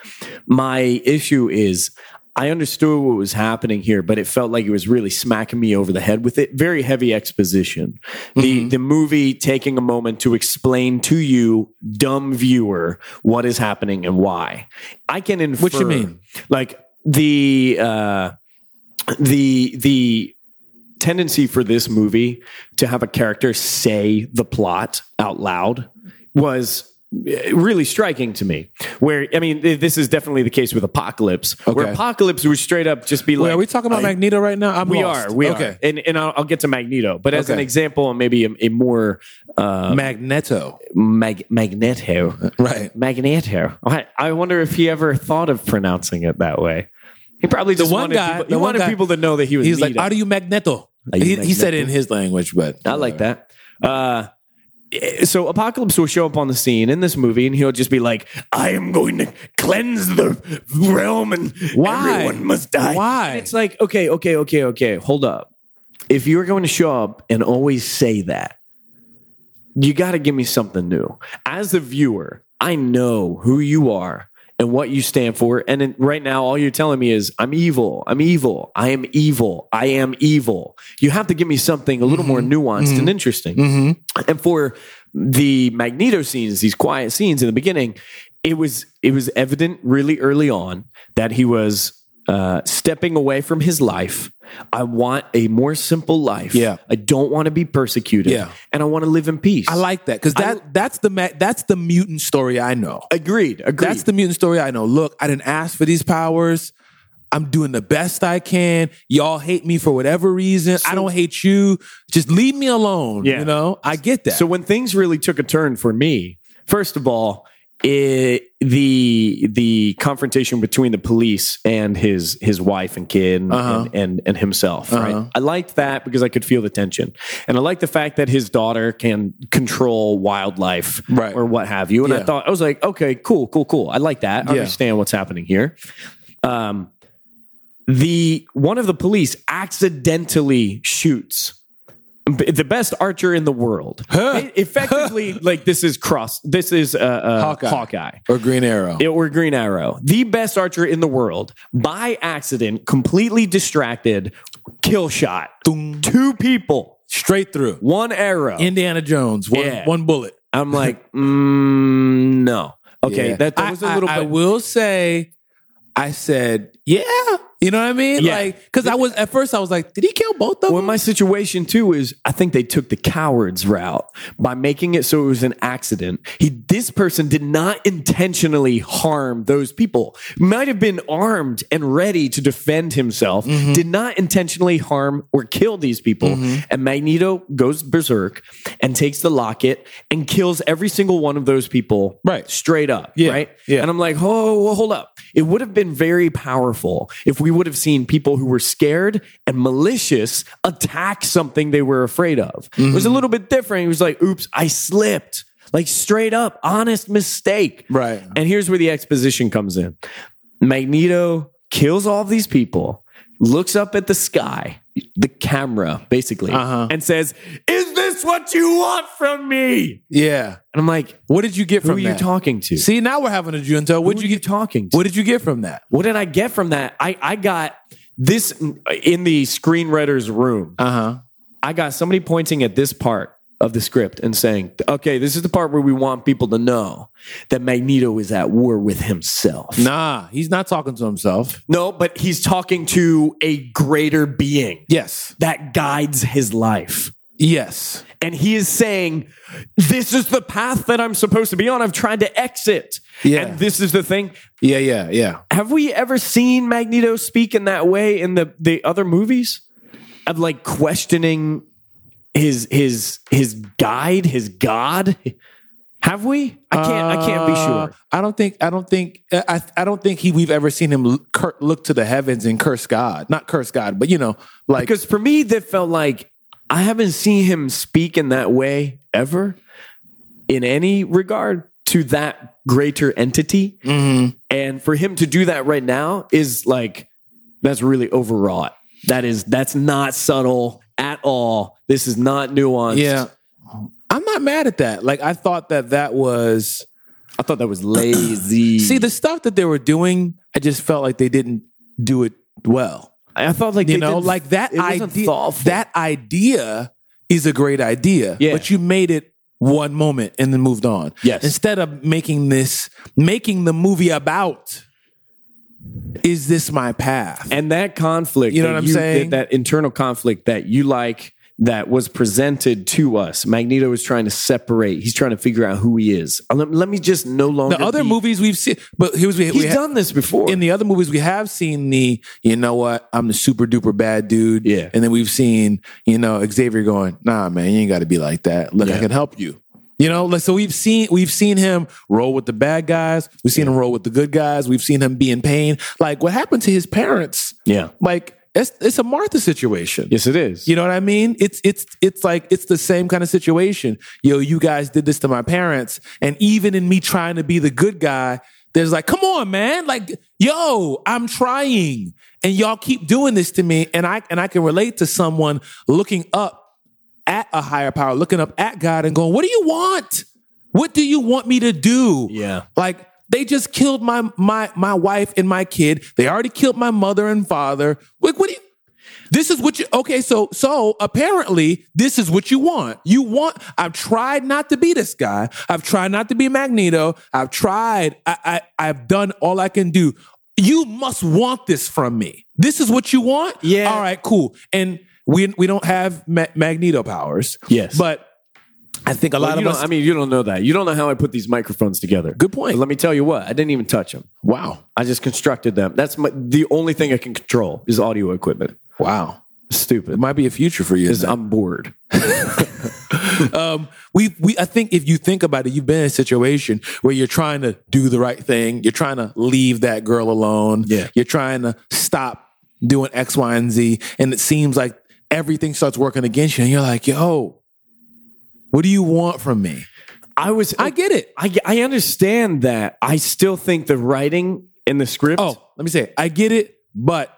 B: My issue is. I understood what was happening here, but it felt like it was really smacking me over the head with it. Very heavy exposition. The the movie taking a moment to explain to you, dumb viewer, what is happening and why. I can infer
A: What you mean?
B: like the uh the the tendency for this movie to have a character say the plot out loud was eh, really striking to me where i mean th- this is definitely the case with apocalypse where
A: Okay.
B: apocalypse would straight up just be
A: Wait,
B: like
A: are we talking about
B: I-
A: Magneto right now? I'm
B: we
A: lost.
B: are we
A: okay.
B: are and, and I'll, I'll get to magneto but as
A: Okay.
B: an example and maybe a, a more uh
A: Magneto,
B: mag- magneto
A: right?
B: Magneto. I, I wonder if he ever thought of pronouncing it that way. He probably just
A: one
B: wanted,
A: guy-
B: people, he
A: the one
B: wanted
A: guy-
B: people to know that he was.
A: He's like,
B: needed.
A: "Are you Magneto?"
B: Are you
A: he, he said it in
B: Magneto?
A: his language, but
B: I like that. Uh, so Apocalypse will show up on the scene in this movie, and he'll just be like, "I am going to cleanse the realm, and
A: Why?
B: everyone must die."
A: Why?
B: And it's like, okay, okay, okay, okay. Hold up. If you're going to show up and always say that, you got to give me something new. As the viewer, I know who you are and what you stand for. And in, right now, all you're telling me is, I'm evil. I'm evil. I am evil. I am evil. You have to give me something a little more
A: Mm-hmm.
B: nuanced and interesting. And for the Magneto scenes, these quiet scenes in the beginning, it was it was evident really early on that he was uh, stepping away from his life. I want a more simple life.
A: Yeah.
B: I don't want to be persecuted.
A: Yeah.
B: And I want to live in peace.
A: I like that because that that's the ma- that's the mutant story I know.
B: Agreed. Agreed.
A: That's the mutant story I know. Look, I didn't ask for these powers. I'm doing the best I can. Y'all hate me for whatever reason. I don't hate you. Just leave me alone.
B: Yeah.
A: You know, I get that.
B: So when things really took a turn for me, first of all, it, the the confrontation between the police and his his wife and kid and
A: Uh-huh.
B: and, and, and himself.
A: Uh-huh.
B: Right? I liked that because I could feel the tension, and I liked the fact that his daughter can control wildlife
A: Right.
B: or what have you. And
A: Yeah.
B: I thought I was like, okay, cool, cool, cool. I like that. I
A: Yeah.
B: understand what's happening here. Um, the one of the police accidentally shoots b- the best archer in the world. E- Effectively, like this is cross. This is uh, uh,
A: Hawkeye.
B: Hawkeye.
A: or Green Arrow.
B: It- or Green Arrow, the best archer in the world, by accident, completely distracted, kill shot
A: Doom.
B: two people,
A: Straight through.
B: one arrow.
A: Indiana Jones. One,
B: Yeah.
A: one bullet.
B: I'm like, mm, no. Okay,
A: Yeah.
B: that, that was
A: I-
B: a little
A: I, I
B: bit.
A: will say, I said, yeah. You know what I mean?
B: Yeah.
A: Like, because I was at first, I was like, did he kill both of
B: Well,
A: them?
B: my situation too is I think they took the coward's route by making it so it was an accident. He, this person did not intentionally harm those people. Might have been armed and ready to defend himself.
A: Mm-hmm.
B: Did not intentionally harm or kill these people. And Magneto goes berserk and takes the locket and kills every single one of those people.
A: Right.
B: straight up.
A: Yeah,
B: right.
A: yeah.
B: And I'm like, oh, well, hold up. It would have been very powerful if we would have seen people who were scared and malicious attack something they were afraid of. It
A: Mm-hmm.
B: was a little bit different. It was like, oops, I slipped. Like straight up, honest mistake.
A: Right.
B: And here's where the exposition comes in. Magneto kills all these people, looks up at the sky, the camera basically,
A: Uh-huh.
B: and says, "Is this what you want from me?"
A: yeah.
B: And I'm like,
A: What did you get
B: "Who
A: from
B: are you
A: that?
B: talking to?"
A: See, now we're having a junto. What
B: Who
A: did
B: are
A: you get?
B: talking to?
A: What did you get from that?
B: What did I get from that? I, I got this in the screenwriter's room.
A: Uh huh.
B: I got somebody pointing at this part of the script and saying, okay, this is the part where we want people to know that Magneto is at war with himself.
A: Nah, he's not talking to himself.
B: No, but he's talking to a greater being
A: Yes.
B: that guides his life.
A: Yes.
B: And he is saying, This is the path that I'm supposed to be on. I've tried to exit.
A: Yeah.
B: And this is the thing.
A: Yeah, yeah, yeah.
B: Have we ever seen Magneto speak in that way in the the other movies of like questioning his his his guide, his god? Have we? I can't. I can't be
A: Uh,
B: sure.
A: I don't think. I don't think. uh, I. I- I don't think he. We've ever seen him l- cur- look to the heavens and curse God. Not curse God, but you know, like
B: Because for me, that felt like I haven't seen him speak in that way ever, in any regard to that greater entity.
A: Mhm.
B: And for him to do that right now is like that's really overwrought. That is that's not subtle at all. This is not nuanced.
A: yeah. I'm not mad at that. Like I thought that that was.
B: I thought that was
A: <clears throat>
B: lazy.
A: See the stuff that they were doing. I just felt like they didn't do it well.
B: I thought like
A: You
B: they
A: know,
B: didn't-
A: like that
B: it wasn't
A: idea.
B: thoughtful.
A: That idea is a great idea,
B: Yeah.
A: but you made it one moment and then moved on.
B: Yes.
A: Instead of making this, making the movie about, is this my path?
B: and that conflict
A: You know
B: that
A: what I'm saying?
B: that, that internal conflict that you like that was presented to us magneto is trying to separate he's trying to figure out who he is Uh, let, let me just no longer
A: the other
B: be-
A: movies we've seen, but here's we,
B: he's
A: we ha-
B: done this before
A: in the other movies we have seen the you know what I'm the super duper bad dude,
B: Yeah.
A: and then we've seen you know Xavier going, nah man, you ain't got to be like that. Look, I
B: Yeah.
A: can help you. You know, like so we've seen we've seen him roll with the bad guys, we've seen him roll with the good guys, we've seen him be in pain. Like what happened to his parents?
B: yeah
A: Like it's it's a Martha situation.
B: yes it is
A: You know what I mean? It's it's it's like it's the same kind of situation. Yo, you guys did this to my parents, and even in me trying to be the good guy, there's like, come on, man, like, yo, I'm trying, and y'all keep doing this to me, and I and I can relate to someone looking up at a higher power, looking up at God, and going, what do you want? What do you want me to do?
B: Yeah.
A: Like they just killed my my my wife and my kid. They already killed my mother and father. Like what do you this is what you okay, so so apparently this is what you want. You want I've tried not to be this guy. I've tried not to be Magneto. I've tried, I, I I've done all I can do. You must want this from me. This is what you want?
B: Yeah.
A: All right, cool. And we we don't have ma- Magneto powers.
B: Yes.
A: But I think a
B: Well,
A: lot
B: you
A: of
B: don't-
A: us
B: i mean you don't know that you don't know how i put these microphones together
A: Good point.
B: But let me tell you what i didn't even touch them
A: Wow.
B: i just constructed them that's my, the only thing i can control is audio equipment
A: Wow.
B: stupid
A: It might be a future for you.
B: is I'm bored.
A: um, we, we, I think if you think about it, you've been in a situation where you're trying to do the right thing. You're trying to leave that girl alone.
B: Yeah.
A: You're trying to stop doing X, Y, and Z. And it seems like everything starts working against you. And you're like, yo, what do you want from me?
B: I was
A: I get it.
B: I, I understand that. I still think the writing in the script.
A: Oh, let me say, it. I get it, but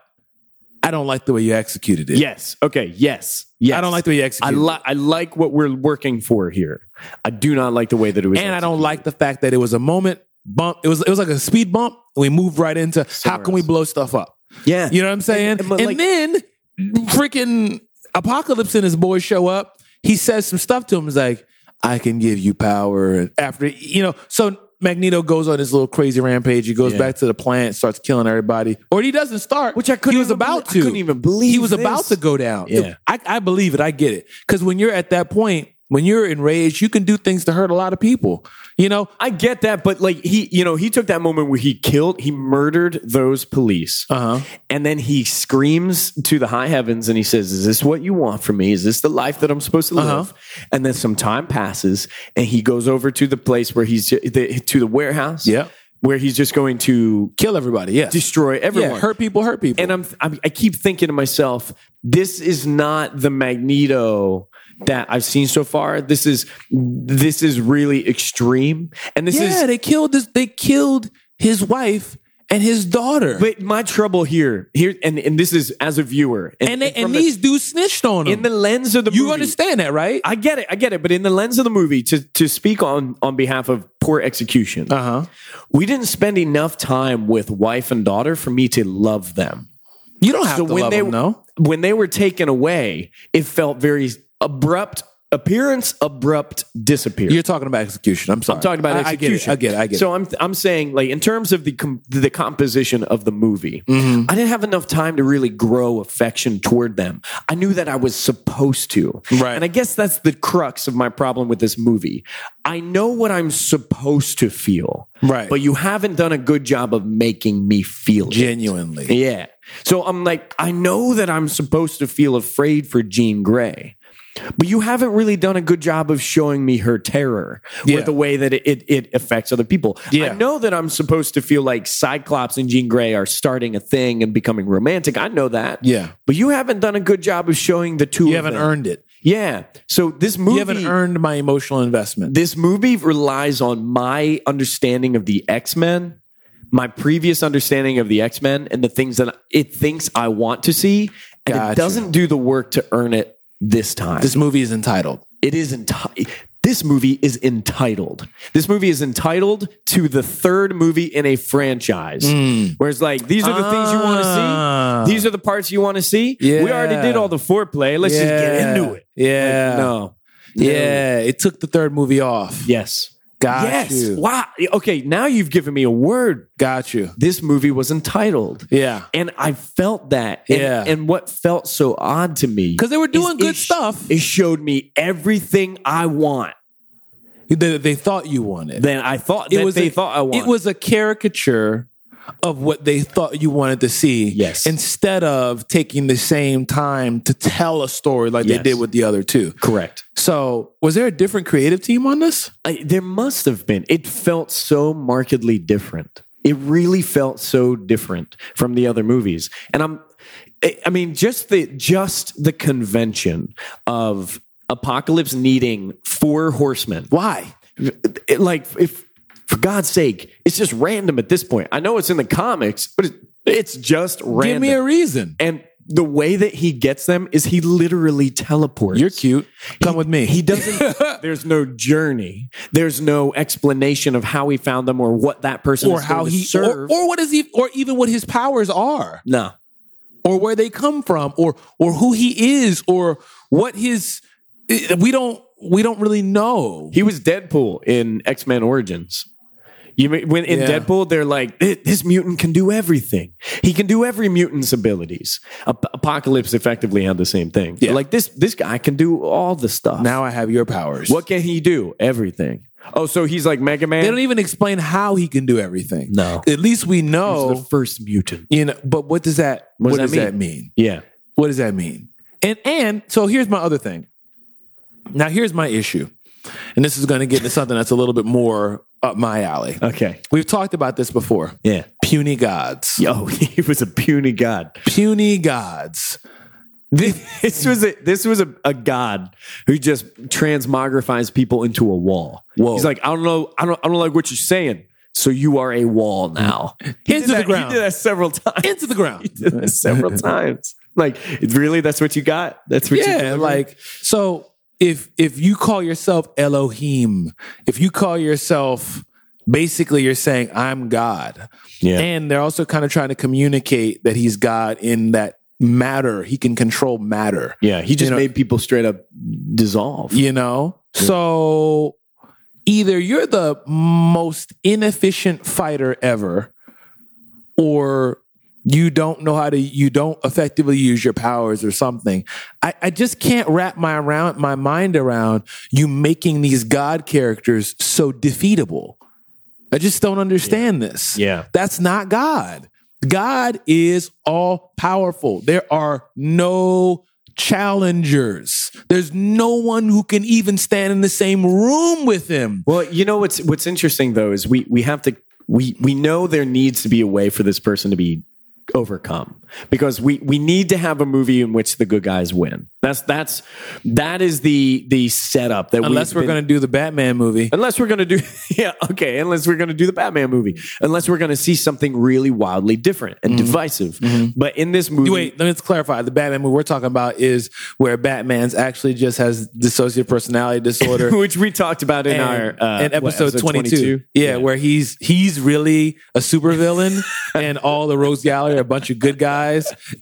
A: I don't like the way you executed it.
B: yes. Okay. Yes. Yes.
A: I don't like the way you
B: I
A: executed it.
B: like. I like what we're working for here. I do not like the way that it was.
A: and I don't like the fact that it was a moment bump. It was it was like a speed bump, and we moved right into how
B: Somewhere
A: can we
B: else.
A: blow stuff up?
B: Yeah.
A: You know what I'm saying? And,
B: And- and, but, like-
A: then freaking apocalypse and his boys show up. He says some stuff to him. He's like, "I can give you power." And after you know, so Magneto goes on his little crazy rampage. He goes
B: Yeah.
A: back to the plant, starts killing everybody, or he doesn't start,
B: Which I couldn't
A: He was
B: even
A: about
B: believe- I
A: to.
B: couldn't even believe
A: he was
B: this.
A: about to go down.
B: Yeah.
A: I, I believe it. I get it. Because when you're at that point, when you're enraged, you can do things to hurt a lot of people. You know,
B: I get that, but like he, you know, he took that moment where he killed, he murdered those police,
A: Uh-huh.
B: and then he screams to the high heavens and he says, "Is this what you want from me? Is this the life that I'm supposed to
A: Uh-huh.
B: live?" And then some time passes, and he goes over to the place where he's ju- the, to the warehouse,
A: Yep.
B: where he's just going to
A: kill everybody. Yeah.
B: destroy everyone,
A: Yeah, hurt people, hurt people.
B: and I'm, I'm I keep thinking to myself, this is not the Magneto that I've seen so far. This is this is really extreme, and this
A: yeah,
B: is.
A: they killed this. They killed his wife and his daughter.
B: But my trouble here, here, and, and this is as a viewer,
A: and they,
B: from
A: and
B: the-
A: these dudes snitched on him.
B: in the lens of the
A: you
B: movie,
A: understand that, right?
B: I get it, I get it, but in the lens of the movie, to to speak on on behalf of poor execution,
A: huh.
B: we didn't spend enough time with wife and daughter for me to love them.
A: You don't have
B: So
A: to
B: when
A: love
B: they
A: him, no.
B: when they were taken away, it felt very abrupt appearance, abrupt disappearance.
A: You're talking about execution. I'm sorry.
B: I'm talking about
A: I-
B: execution.
A: I, get it. I get it. I get
B: so I'm I'm saying like in terms of the com- the composition of the movie,
A: Mm-hmm.
B: I didn't have enough time to really grow affection toward them. I knew that I was supposed to,
A: Right.
B: And I guess that's the crux of my problem with this movie. I know what I'm supposed to feel,
A: Right.
B: But you haven't done a good job of making me feel
A: it.
B: it.
A: Genuinely.
B: Yeah. So I'm like, I know that I'm supposed to feel afraid for Jean Grey, but you haven't really done a good job of showing me her terror
A: Yeah.
B: or the way that it, it, it affects other people.
A: Yeah.
B: I know that I'm supposed to feel like Cyclops and Jean Grey are starting a thing and becoming romantic. I know that.
A: Yeah.
B: But you haven't done a good job of showing the two
A: You
B: of
A: haven't
B: them.
A: earned it.
B: Yeah. So this movie
A: You haven't earned my emotional investment.
B: this movie relies on my understanding of the X Men, my previous understanding of the X Men, and the things that it thinks I want to see, and
A: Gotcha.
B: it doesn't do the work to earn it this time.
A: This movie is entitled.
B: it is entitled. This movie is entitled. This movie is entitled to the third movie in a franchise. Whereas, like, these are the things you want
A: Hmm. Ah.
B: to see. These are the parts you want to see. We already
A: Yeah.
B: did all the foreplay. Let's just get into it.
A: Yeah.
B: No.
A: Yeah. It took the third movie off.
B: Yes.
A: Got
B: yes.
A: you.
B: Wow. Okay. Now you've given me a word.
A: Got you.
B: This movie was entitled.
A: Yeah.
B: And I felt that. And,
A: Yeah.
B: And what felt so odd to me.
A: 'Cause they were doing
B: it
A: good
B: sh-
A: stuff.
B: It showed me everything I want
A: They, they thought you wanted.
B: than I thought that they
A: a,
B: thought I wanted.
A: It was a caricature of what they thought you wanted to see.
B: Yes.
A: Instead of taking the same time to tell a story like
B: Yes.
A: they did with the other two.
B: correct.
A: So was there a different creative team on this?
B: I, there must have been. It felt so markedly different. It really felt so different from the other movies. And I'm, I- I mean, just the just the convention of apocalypse needing four horsemen.
A: Why?
B: It- like, if for God's sake, it's just random at this point. I know it's in the comics, but it, it's just
A: Give
B: random.
A: me a reason.
B: and the way that he gets them is he literally teleports.
A: You're cute. Come with me. <laughs>
B: He doesn't. there's no journey. There's no explanation of how he found them or what that person
A: or
B: is going
A: how
B: to
A: he or,
B: serve.
A: or what is he or even what his powers are.
B: no.
A: or where they come from or or who he is or what his eh, we don't we don't really know
B: He was Deadpool in X Men Origins. You may, when in
A: Yeah.
B: Deadpool, they're like, "Th- this mutant can do everything. He can do every mutant's abilities. Ap- Apocalypse effectively had the same thing.
A: Yeah.
B: Like this, this guy can do all the stuff.
A: now i have your powers
B: what can he do? Everything. Oh, so he's like Mega Man.
A: they don't even explain how he can do everything
B: No.
A: at least we know
B: He's the first mutant.
A: you know but what does that what,
B: does
A: does
B: that
A: that mean
B: Yeah.
A: what does that mean and and so here's my other thing Now, here's my issue, and this is going to get into something that's a little bit more up my alley.
B: Okay.
A: We've talked about this before.
B: Yeah.
A: Puny gods.
B: <laughs> Yo, he was a puny god.
A: Puny gods.
B: This, this was a this was a, a god who just transmogrifies people into a wall.
A: Whoa.
B: He's like, I don't know, I don't I don't like what you're saying. So you are a wall now. He
A: Into
B: did
A: the
B: that-
A: ground.
B: He did that several times.
A: Into the ground.
B: He did that <laughs> several times. Like, really? That's what you got? That's what you
A: yeah,
B: delivered?
A: like so if if you call yourself Elohim, if you call yourself basically you're saying I'm God.
B: Yeah.
A: And they're also kind of trying to communicate that he's God in that matter, he can control matter.
B: Yeah, he just
A: know-
B: made people straight up dissolve.
A: You know? So either you're the most inefficient fighter ever, or you don't know how to you don't effectively use your powers or something. I, I just can't wrap my around my mind around you making these god characters so defeatable. I just don't understand this.
B: Yeah.
A: That's not God. God is all powerful. There are no challengers. There's no one who can even stand in the same room with him.
B: Well, you know what's what's interesting though is we we have to we we know there needs to be a way for this person to be overcome because we we need to have a movie in which the good guys win. That's that's that is the the setup that
A: Unless we're going to do the Batman movie.
B: Unless we're going to do, <laughs> yeah, okay, unless we're going to do the Batman movie, unless we're going to see something really wildly different and divisive. But in this movie,
A: Wait, let me clarify. The Batman movie we're talking about is where Batman's actually just has dissociative personality <laughs> disorder.
B: <laughs> which we talked about in
A: and,
B: our uh,
A: and
B: what,
A: episode, 22. Yeah, where he's he's really a
B: <laughs>
A: supervillain and all the Rose Gallery are a bunch of good guys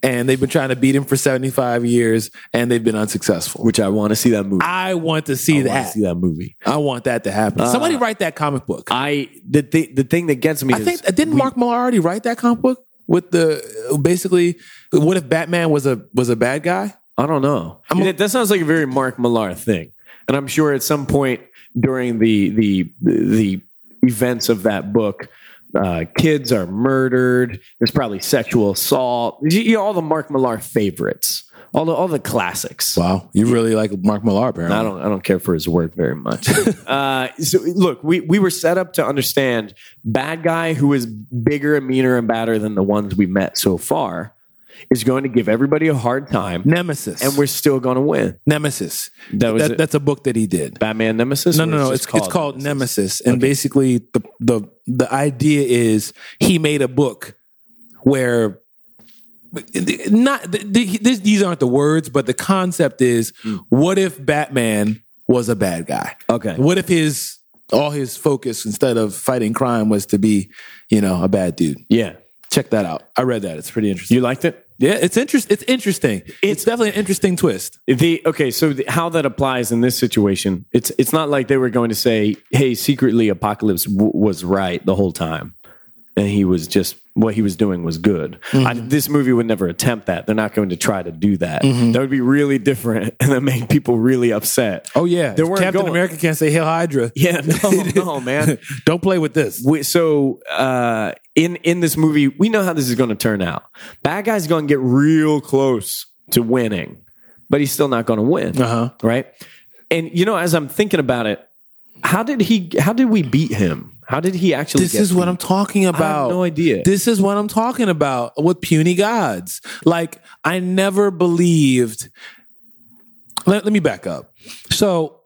A: and they've been trying to beat him for 75 years and they've been unsuccessful.
B: which I want to see that movie.
A: I want to see
B: I want
A: that.
B: to see that movie.
A: I want that to happen.
B: Uh,
A: Somebody write that comic book. I,
B: I the thi- the thing that gets me is
A: think didn't Mark Millar already write that comic book with the basically what if Batman was a was a bad guy?
B: I don't know. That- that sounds like a very Mark Millar thing, and I'm sure at some point during the the the events of that book, uh, kids are murdered. There's probably sexual assault. You, you know, all the Mark Millar favorites, all the all the classics.
A: Wow, you really like Mark Millar apparently.
B: I don't. I don't care for his work very much. Um, <laughs> uh, so look, we we were set up to understand bad guy who is bigger and meaner and badder than the ones we met so far is going to give everybody a hard time,
A: Nemesis.
B: and we're still going to win.
A: Nemesis.
B: That was
A: That,
B: it.
A: that's a book that he did.
B: Batman Nemesis.
A: No,
B: or
A: no, no. It's
B: just
A: it's called, Nemesis, and basically the the the idea is he made a book where not the, the, this, these aren't the words, but the concept is: what if Batman was a bad guy?
B: Okay.
A: What if his all his focus instead of fighting crime was to be, you know, a bad dude?
B: Yeah,
A: Check that out. I read that. It's pretty interesting.
B: you liked it.
A: yeah, it's interest. It's interesting. It's, definitely an interesting twist.
B: The okay, so the, how that applies in this situation? It's it's not like they were going to say, "Hey, secretly, Apocalypse w- was right the whole time, and he was just what he was doing was good." I, this movie would never attempt that. They're not going to try to do that. That would be really different, <laughs> and that make people really upset.
A: Oh yeah,
B: They weren't
A: Captain
B: going-
A: America can't say "Hail Hydra."
B: yeah, <laughs> no, no, man.
A: <laughs> Don't play with this.
B: we, so uh, in in this movie, we know how this is going to turn out. Bad guy's going to get real close to winning, but he's still not going to win,
A: Uh-huh.
B: right? And you know, as I'm thinking about it, how did he? How did we beat him? How did he actually?
A: This
B: get
A: is what I'm talking about.
B: no idea.
A: This is what I'm talking about with puny gods. Like, I never believed. Let, let me back up. So,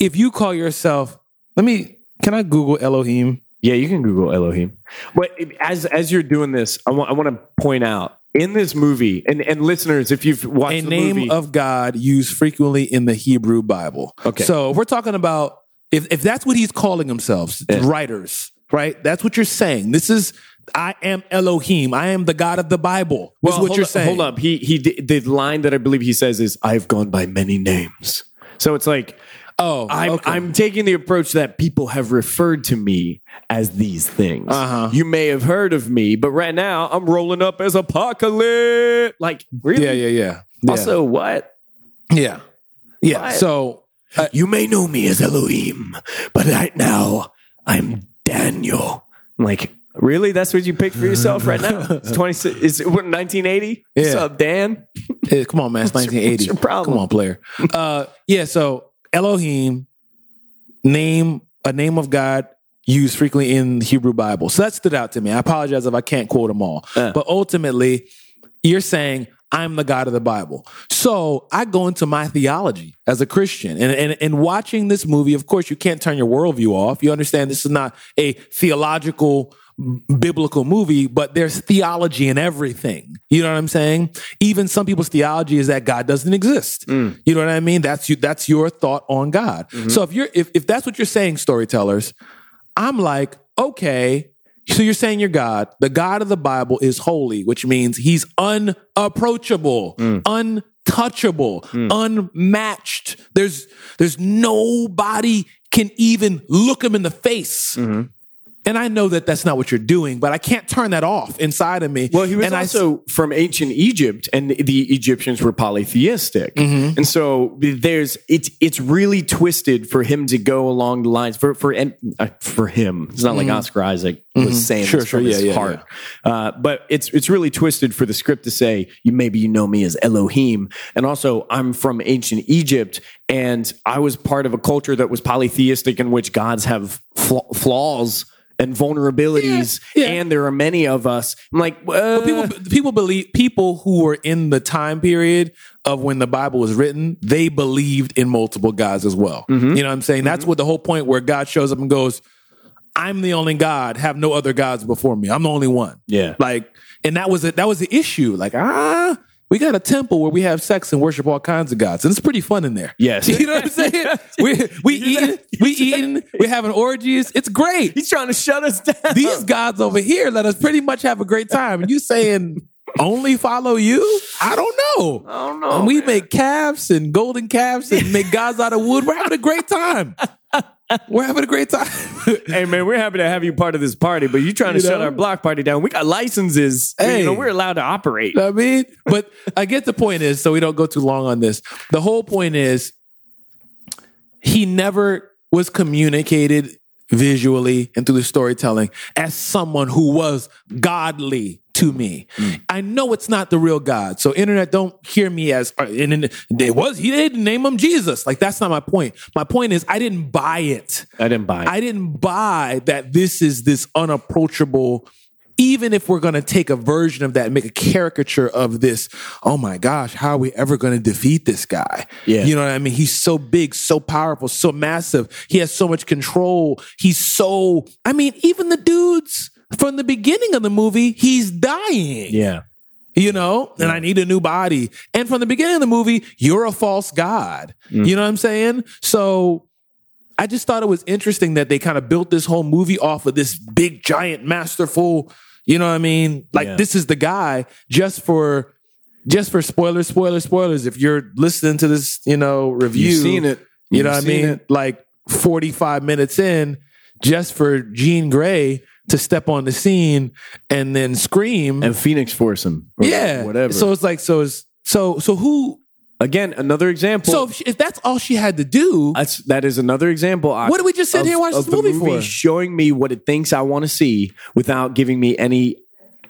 A: if you call yourself, let me, can I Google Elohim?
B: Yeah, you can Google Elohim. But as as you're doing this, I want I want to point out in this movie, and and listeners, if you've watched
A: A
B: the
A: name
B: movie,
A: of God used frequently in the Hebrew Bible.
B: Okay.
A: So, if we're talking about, if, if that's what he's calling himself, writers, right? That's what you're saying. This is, I am Elohim. I am the God of the Bible. Well, what
B: hold
A: you're
B: up,
A: saying.
B: Hold up. He he di- the line that I believe he says is I've gone by many names. So it's like
A: Oh,
B: I'm
A: okay.
B: I'm taking the approach that people have referred to me as these things.
A: Uh-huh.
B: You may have heard of me, but right now I'm rolling up as apocalypse. Like really?
A: Yeah, yeah, yeah. yeah.
B: Also, what?
A: Yeah. Yeah.
B: What?
A: So
B: You may know me as Elohim, but right now I'm Daniel. I'm like really? That's what you picked for yourself
A: <laughs>
B: right now? It's 26 is it what, 1980?
A: Yeah.
B: What's up, Dan?
A: eh, come on, man. It's 1980.
B: your problem?
A: Come on, player. Uh, yeah. So Elohim, name a name of God used frequently in the Hebrew Bible. So that stood out to me. I apologize if I can't quote them all.
B: Uh.
A: But ultimately, you're saying I'm the God of the Bible. So I go into my theology as a Christian. And, and, and watching this movie, of course, you can't turn your worldview off. You understand this is not a theological biblical movie, but there's theology in everything. You know what I'm saying? Even some people's theology is that God doesn't exist. You know what I mean? That's you that's your thought on God. So if you're if, if that's what you're saying, storytellers, I'm like, okay, so you're saying your God, the God of the Bible is holy, which means he's unapproachable,
B: Mm.
A: untouchable, unmatched. There's there's nobody can even look him in the face.
B: Mm-hmm.
A: And I know that that's not what you're doing, but I can't turn that off inside of me.
B: Well, he was
A: and I s-
B: also from ancient Egypt, and the Egyptians were polytheistic,
A: Mm-hmm.
B: and so there's it's it's really twisted for him to go along the lines for for and uh, for him. It's not like Oscar Isaac was saying
A: Mm-hmm. Sure,
B: this
A: sure.
B: from his
A: Yeah, yeah,
B: heart, Uh, but it's it's really twisted for the script to say you maybe you know me as Elohim, and also I'm from ancient Egypt, and I was part of a culture that was polytheistic in which gods have flaw flaws. And vulnerabilities,
A: Yeah, yeah.
B: and there are many of us. I'm like, uh, well,
A: people people believe people who were in the time period of when the Bible was written, they believed in multiple gods as well.
B: Mm-hmm.
A: You know what I'm saying? That's what the whole point where God shows up and goes, "I'm the only God. Have no other gods before me. I'm the only one."
B: Yeah.
A: like, and that was it. That was the issue. Like, ah. We got a temple where we have sex and worship all kinds of gods, and it's pretty fun in there. <laughs>
B: Yes.
A: you know what I'm
B: <laughs>
A: saying. We we eating, we eating, we having orgies. It's great
B: He's trying to shut us down.
A: <laughs> these gods over here let us pretty much have a great time. And you saying only follow you? I don't know.
B: I don't know,
A: And we
B: man.
A: make calves and golden calves and make gods out of wood. We're having a great
B: <laughs>
A: time. We're having a great time.
B: <laughs>
A: <laughs>
B: hey man, we're happy to have you part of this party, but you're trying to
A: You
B: shut
A: know?
B: our block party down. We got licenses. Hey.
A: Hey.
B: You know, we're allowed to operate.
A: I mean, but I get the point is, so we don't go too long on this. The whole point is he never was communicated visually and through the storytelling as someone who was godly to me. I know it's not the real God. So internet don't hear me as uh, and, and they was he didn't name him Jesus. Like that's not my point. My point is I didn't buy it.
B: I didn't buy it.
A: I didn't buy that this is this unapproachable. Even if we're going to take a version of that and make a caricature of this, oh my gosh, how are we ever going to defeat this guy?
B: Yeah.
A: You know what I mean? He's so big, so powerful, so massive. He has so much control. He's so, I mean, even the dudes from the beginning of the movie, he's dying
B: yeah.
A: you know, and I need a new body. And from the beginning of the movie, you're a false god.
B: Mm.
A: You know what I'm saying? So I just thought it was interesting that they kind of built this whole movie off of this big, giant, masterful, you know what I mean? Like
B: Yeah.
A: this is the guy just for just for spoilers, spoilers, spoilers. If you're listening to this, you know, review.
B: You've seen it.
A: You
B: You've
A: know what I
B: seen
A: mean?
B: it.
A: Like 45 minutes in, just for Jean Grey to step on the scene and then scream
B: And Phoenix Force him. or
A: yeah
B: Whatever.
A: so it's like so it's so so who
B: again, another example.
A: so if, she, if that's all she had to do
B: That's that is another example.
A: What did we just sit here and watch this movie for?
B: Showing me what it thinks I want to see without giving me any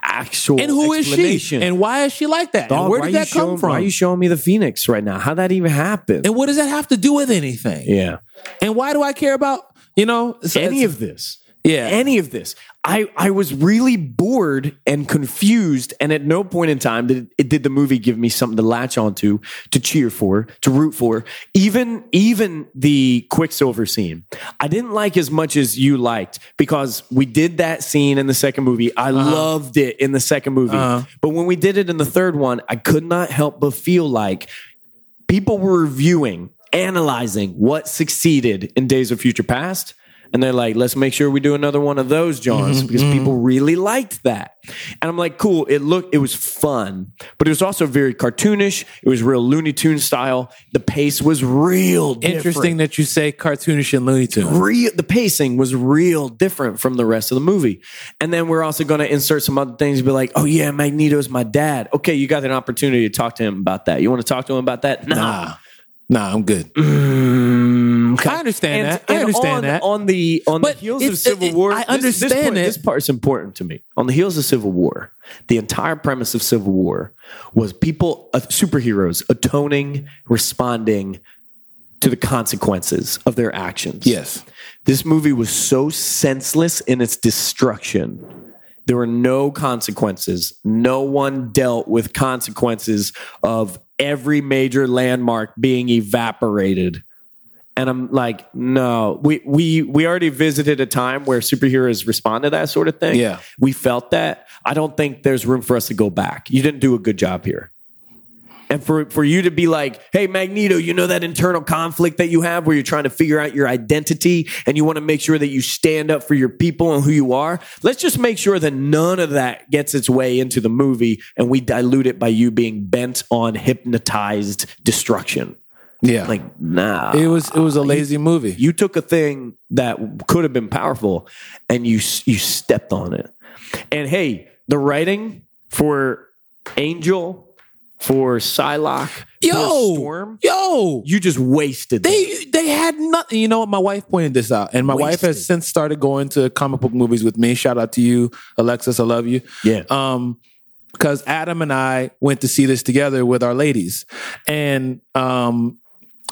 B: actual
A: and who is she
B: explanation.
A: and why is she like that
B: Dog,
A: and where
B: why
A: did
B: you
A: that come
B: showing-
A: from
B: Why are you showing me the Phoenix right now? How that even happen?
A: and what does that have to do with anything
B: yeah.
A: and why do i care about you know so
B: any
A: it's-
B: of this.
A: Yeah.
B: Any of this. I, I was really bored and confused. And at no point in time did, it, did the movie give me something to latch onto, to cheer for, to root for. Even, even the Quicksilver scene, I didn't like as much as you liked because we did that scene in the second movie. I
A: Uh-huh.
B: loved it in the second movie. But when we did it in the third one, I could not help but feel like people were reviewing, analyzing what succeeded in Days of Future Past. And they're like, let's make sure we do another one of those, Johns, because people really liked that. And I'm like, cool, it looked, it was fun, but it was also very cartoonish. It was real Looney Tune style. The pace was real different.
A: interesting that you say cartoonish and looney tunes
B: Real, the pacing was real different from the rest of the movie. And then we're also going to insert some other things and be like, oh, yeah, Magneto's my dad. Okay, you got an opportunity to talk to him about that. You want to talk to him about that? Nah.
A: nah nah i'm good
B: Mm,
A: i understand that i understand
B: on,
A: that
B: on the on
A: But
B: the heels
A: it's-
B: of Civil
A: it-
B: War.
A: I
B: this- this,
A: understand
B: part,
A: it.
B: This part's important to me. On the heels of Civil War, the entire premise of Civil War was people, uh, superheroes, atoning, responding to the consequences of their actions.
A: Yes.
B: This movie was so senseless in its destruction. There were no consequences. No one dealt with consequences of every major landmark being evaporated. And I'm like, no, we we we already visited a time where superheroes respond to that sort of thing.
A: Yeah.
B: We felt that. I don't think there's room for us to go back. You didn't do a good job here. And for, for you to be like, hey, Magneto, you know that internal conflict that you have where you're trying to figure out your identity and you want to make sure that you stand up for your people and who you are. Let's just make sure that none of that gets its way into the movie and we dilute it by you being bent on hypnotized destruction.
A: Yeah.
B: Like, uh, nah.
A: it was it was a lazy movie.
B: you took a thing that could have been powerful and you you stepped on it and hey the writing for angel for Psylocke, for
A: yo,
B: storm
A: yo,
B: you just wasted that.
A: they they had nothing. You know what? My wife pointed this out, and my wife has
B: Wasted.
A: since started going to comic book movies with me. Shout out to you, Alexis. I love you.
B: yeah
A: Um, because Adam and I went to see this together with our ladies, and um.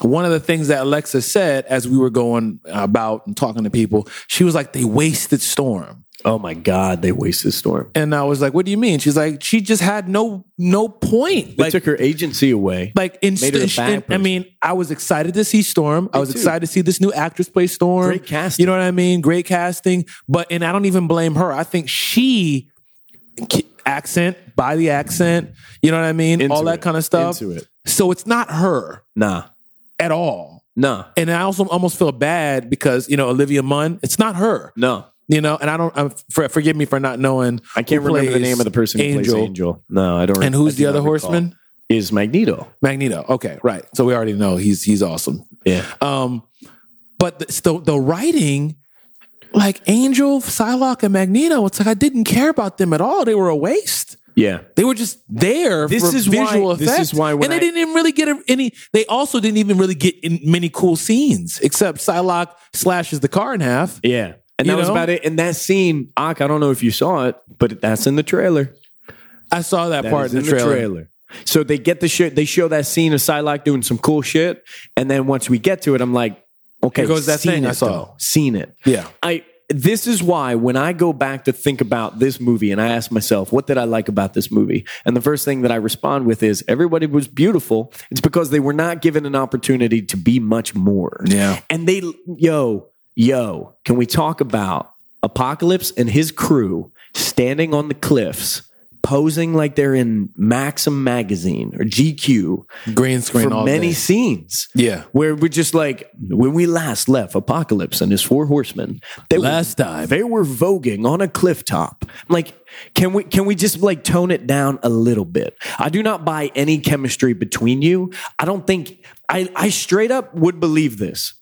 A: One of the things that Alexa said as we were going about and talking to people, she was like, "They wasted Storm,"
B: oh my god they wasted storm
A: and I was like, "What do you mean?" She's like, "She just had no no point."
B: they
A: Like,
B: took her agency away
A: like in,
B: Made her a
A: st-
B: bad
A: in- I
B: person.
A: mean, I was excited to see Storm. I was
B: too.
A: excited to see this new actress play Storm.
B: Great casting.
A: You know what I mean? Great casting. But and I don't even blame her. I think she ki- accent by the accent. You know what I mean?
B: Into
A: all that
B: it.
A: kind of stuff.
B: Into it.
A: So it's not her
B: nah
A: at all.
B: nah
A: And I also almost feel bad because you know Olivia Munn. It's not her.
B: no
A: You know, and I don't. I'm, for, forgive me for not knowing.
B: i can't
A: who
B: remember the
A: plays
B: name of the person who
A: Angel.
B: plays angel no i don't
A: And
B: I
A: who's
B: do
A: the other
B: not recall.
A: horseman?
B: is magneto
A: Magneto. Okay, right. So we already know he's he's awesome.
B: yeah
A: Um, but the, the the writing, like Angel, Psylocke, and Magneto, it's like I didn't care about them at all. They were a waste.
B: yeah
A: They were just there
B: This
A: for
B: is why-
A: visual
B: this
A: effect.
B: is why when
A: and they
B: I-
A: didn't even really get any. They also didn't even really get in many cool scenes, except Psylocke slashes the car in half.
B: Yeah. And
A: You
B: that was
A: know?
B: about it. And that scene, Ak, I don't know if you saw it, but that's in the trailer.
A: I saw that,
B: That
A: part
B: is
A: in the trailer.
B: So they get the shit, they show that scene of Psylocke doing some cool shit. And then once we get to it, I'm like, okay,
A: Here goes that
B: seen
A: thing
B: it,
A: I saw.
B: though. Seen it.
A: Yeah.
B: I this is why when I go back to think about this movie and I ask myself, what did I like about this movie? And the first thing that I respond with is everybody was beautiful. It's because they were not given an opportunity to be much more.
A: Yeah.
B: And they yo, yo, can we talk about Apocalypse and his crew standing on the cliffs? Posing like they're in Maxim magazine or GQ
A: Green screen
B: for
A: all
B: many
A: day.
B: scenes.
A: Yeah.
B: Where we're just like, when we last left Apocalypse and his four horsemen, they
A: Last
B: were,
A: time.
B: They were voguing on a cliff top. Like, can we can we just like tone it down a little bit? I do not buy any chemistry between you. I don't think I, I straight up would believe this.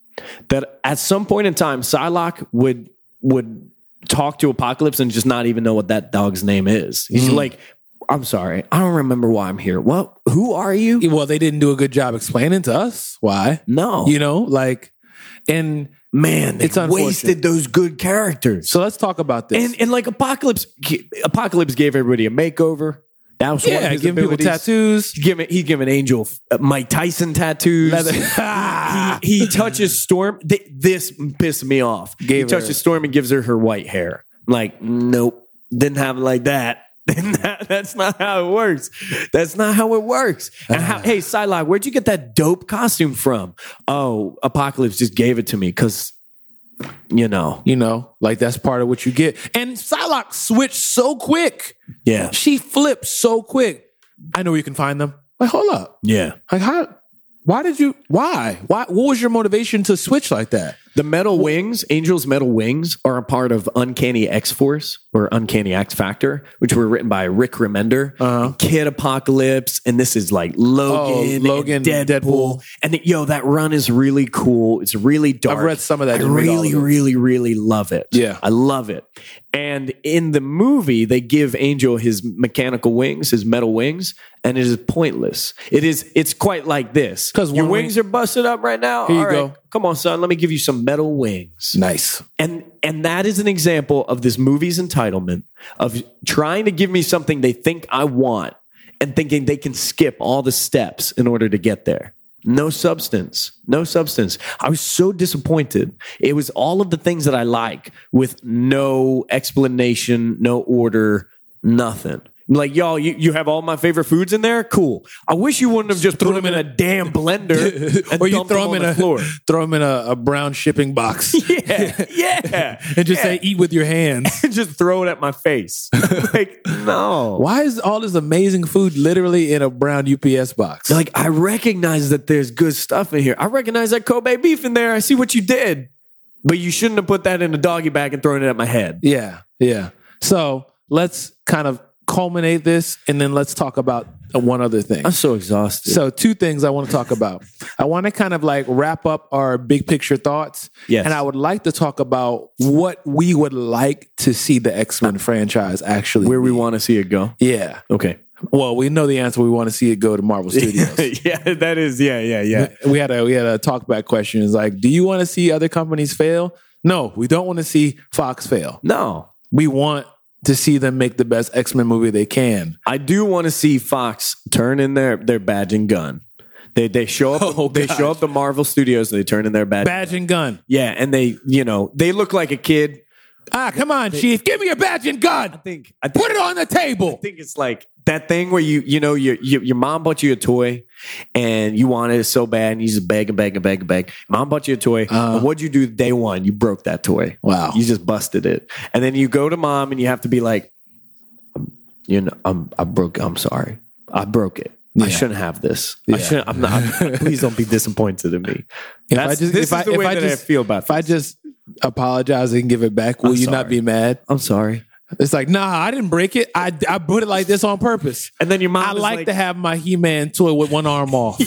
B: That at some point in time, Psylocke would would talk to Apocalypse and just not even know what that dog's name is.
A: Mm.
B: He's like, I'm sorry, I don't remember why I'm here. What who are you?
A: Well, they didn't do a good job explaining to us why.
B: No.
A: You know, like, and
B: Man,
A: It's
B: it's
A: unfortunate.
B: wasted those good characters.
A: so let's talk about this.
B: And and like Apocalypse, Apocalypse gave everybody a makeover. That was one of
A: yeah,
B: his
A: giving people
B: abilities.
A: tattoos.
B: He's giving, he's giving Angel uh, Mike Tyson tattoos.
A: Leather-
B: <laughs>
A: <laughs>
B: he, he touches Storm. Th- this pissed me off. he
A: Ah. Gave her-
B: touches Storm and gives her her white hair. I'm like, nope, didn't have it like that. <laughs> That- That's not how it works. That's not how it works. And
A: Ah.
B: how, hey, Psylocke, where'd you get that dope costume from? Oh, Apocalypse just gave it to me because, you know,
A: You know, like that's part of what you get. And Psylocke switched so quick.
B: yeah,
A: She flipped so quick. I know where you can find them. Like, hold up.
B: yeah.
A: Like, how? Why did you? Why? Why? What was your motivation to switch like that?
B: The metal wings, Angel's metal wings, are a part of Uncanny X Force or Uncanny X Factor, which were written by Rick Remender, Kid Apocalypse, and this is like Logan,
A: Uh-huh. Oh, Logan,
B: and Deadpool.
A: Deadpool.
B: and it- yo, that run is really cool. It's really dark.
A: read some of that.
B: I
A: Didn't read all
B: really,
A: of it.
B: really, really love it.
A: Yeah.
B: I love it. And in the movie, they give Angel his mechanical wings, his metal wings, and it is pointless. It is. It's quite like this
A: 'Cause
B: your
A: one wing-
B: wings are busted up right now.
A: Here you
B: All right,
A: go.
B: Come on, son. Let me give you some metal wings
A: <laughs> Nice.
B: and and that is an example of this movie's entitlement of trying to give me something they think I want and thinking they can skip all the steps in order to get there. No substance. No substance. I was so disappointed. It was all of the things that I like with no explanation, no order, nothing. Like, y'all, you, you have all my favorite foods in there? Cool. I wish you wouldn't have just put them in a damn blender
A: <laughs>
B: and
A: or you
B: dumped
A: throw them
B: them on
A: in
B: the
A: a
B: floor.
A: <laughs> throw them in a, a brown shipping <laughs> box
B: Yeah. <laughs> Yeah.
A: and just
B: yeah.
A: say eat with your hands.
B: just throw it at my face. <laughs> like, no.
A: Why is all this amazing food literally in a brown UPS box?
B: Like, I recognize that there's good stuff in here. I recognize that Kobe beef in there. I see what you did. But you shouldn't have put that in a doggy bag and thrown it at my head.
A: Yeah, yeah. So let's kind of culminate this, and then let's talk about uh, one other thing.
B: I'm so exhausted.
A: So two things I want to talk about. I want to kind of like wrap up our big picture thoughts.
B: Yes.
A: And I would like to talk about what we would like to see the X-Men franchise actually.
B: Where we
A: be.
B: want to see it go.
A: Yeah.
B: Okay.
A: Well, we know the answer. We want to see it go to Marvel
B: <laughs>
A: Studios.
B: yeah, that is. Yeah, yeah, yeah.
A: we had a we had a talk back question. It's like, do you want to see other companies fail? No, we don't want to see Fox fail.
B: No,
A: We want to see them make the best X-Men movie they can.
B: I do want to see Fox turn in their their badge and gun. They they show <laughs> up. they show up the Marvel Studios and they turn in their badge.
A: Badge and gun.
B: Yeah, and they you know they look like a kid.
A: Ah, come on, Chief. Give me your badge and gun.
B: think I think,
A: Put it on the table.
B: I think it's like that thing where you you know your your, your mom bought you a toy and you wanted it so bad and you just beg and beg and beg and beg. Mom bought you a toy. and what'd you do day one? You broke that toy.
A: Uh. Wow.
B: You just busted it. And then you go to mom and you have to be like, "Um, you know, I'm I broke. I'm sorry. I broke it. I shouldn't have this. I shouldn't. I'm not.
A: <laughs>
B: please don't be disappointed in me.
A: If I just,
B: this
A: if
B: is
A: I,
B: the
A: if
B: way
A: I
B: that
A: just
B: I feel about.
A: if I
B: this.
A: just apologize and give it back, will
B: I'm
A: you not
B: sorry.
A: be mad?
B: I'm sorry.
A: It's like, nah, I didn't break it. I, I put it like this on purpose.
B: And then your mom.
A: I
B: is
A: like, to have my He-Man toy with one
B: <laughs>
A: arm off.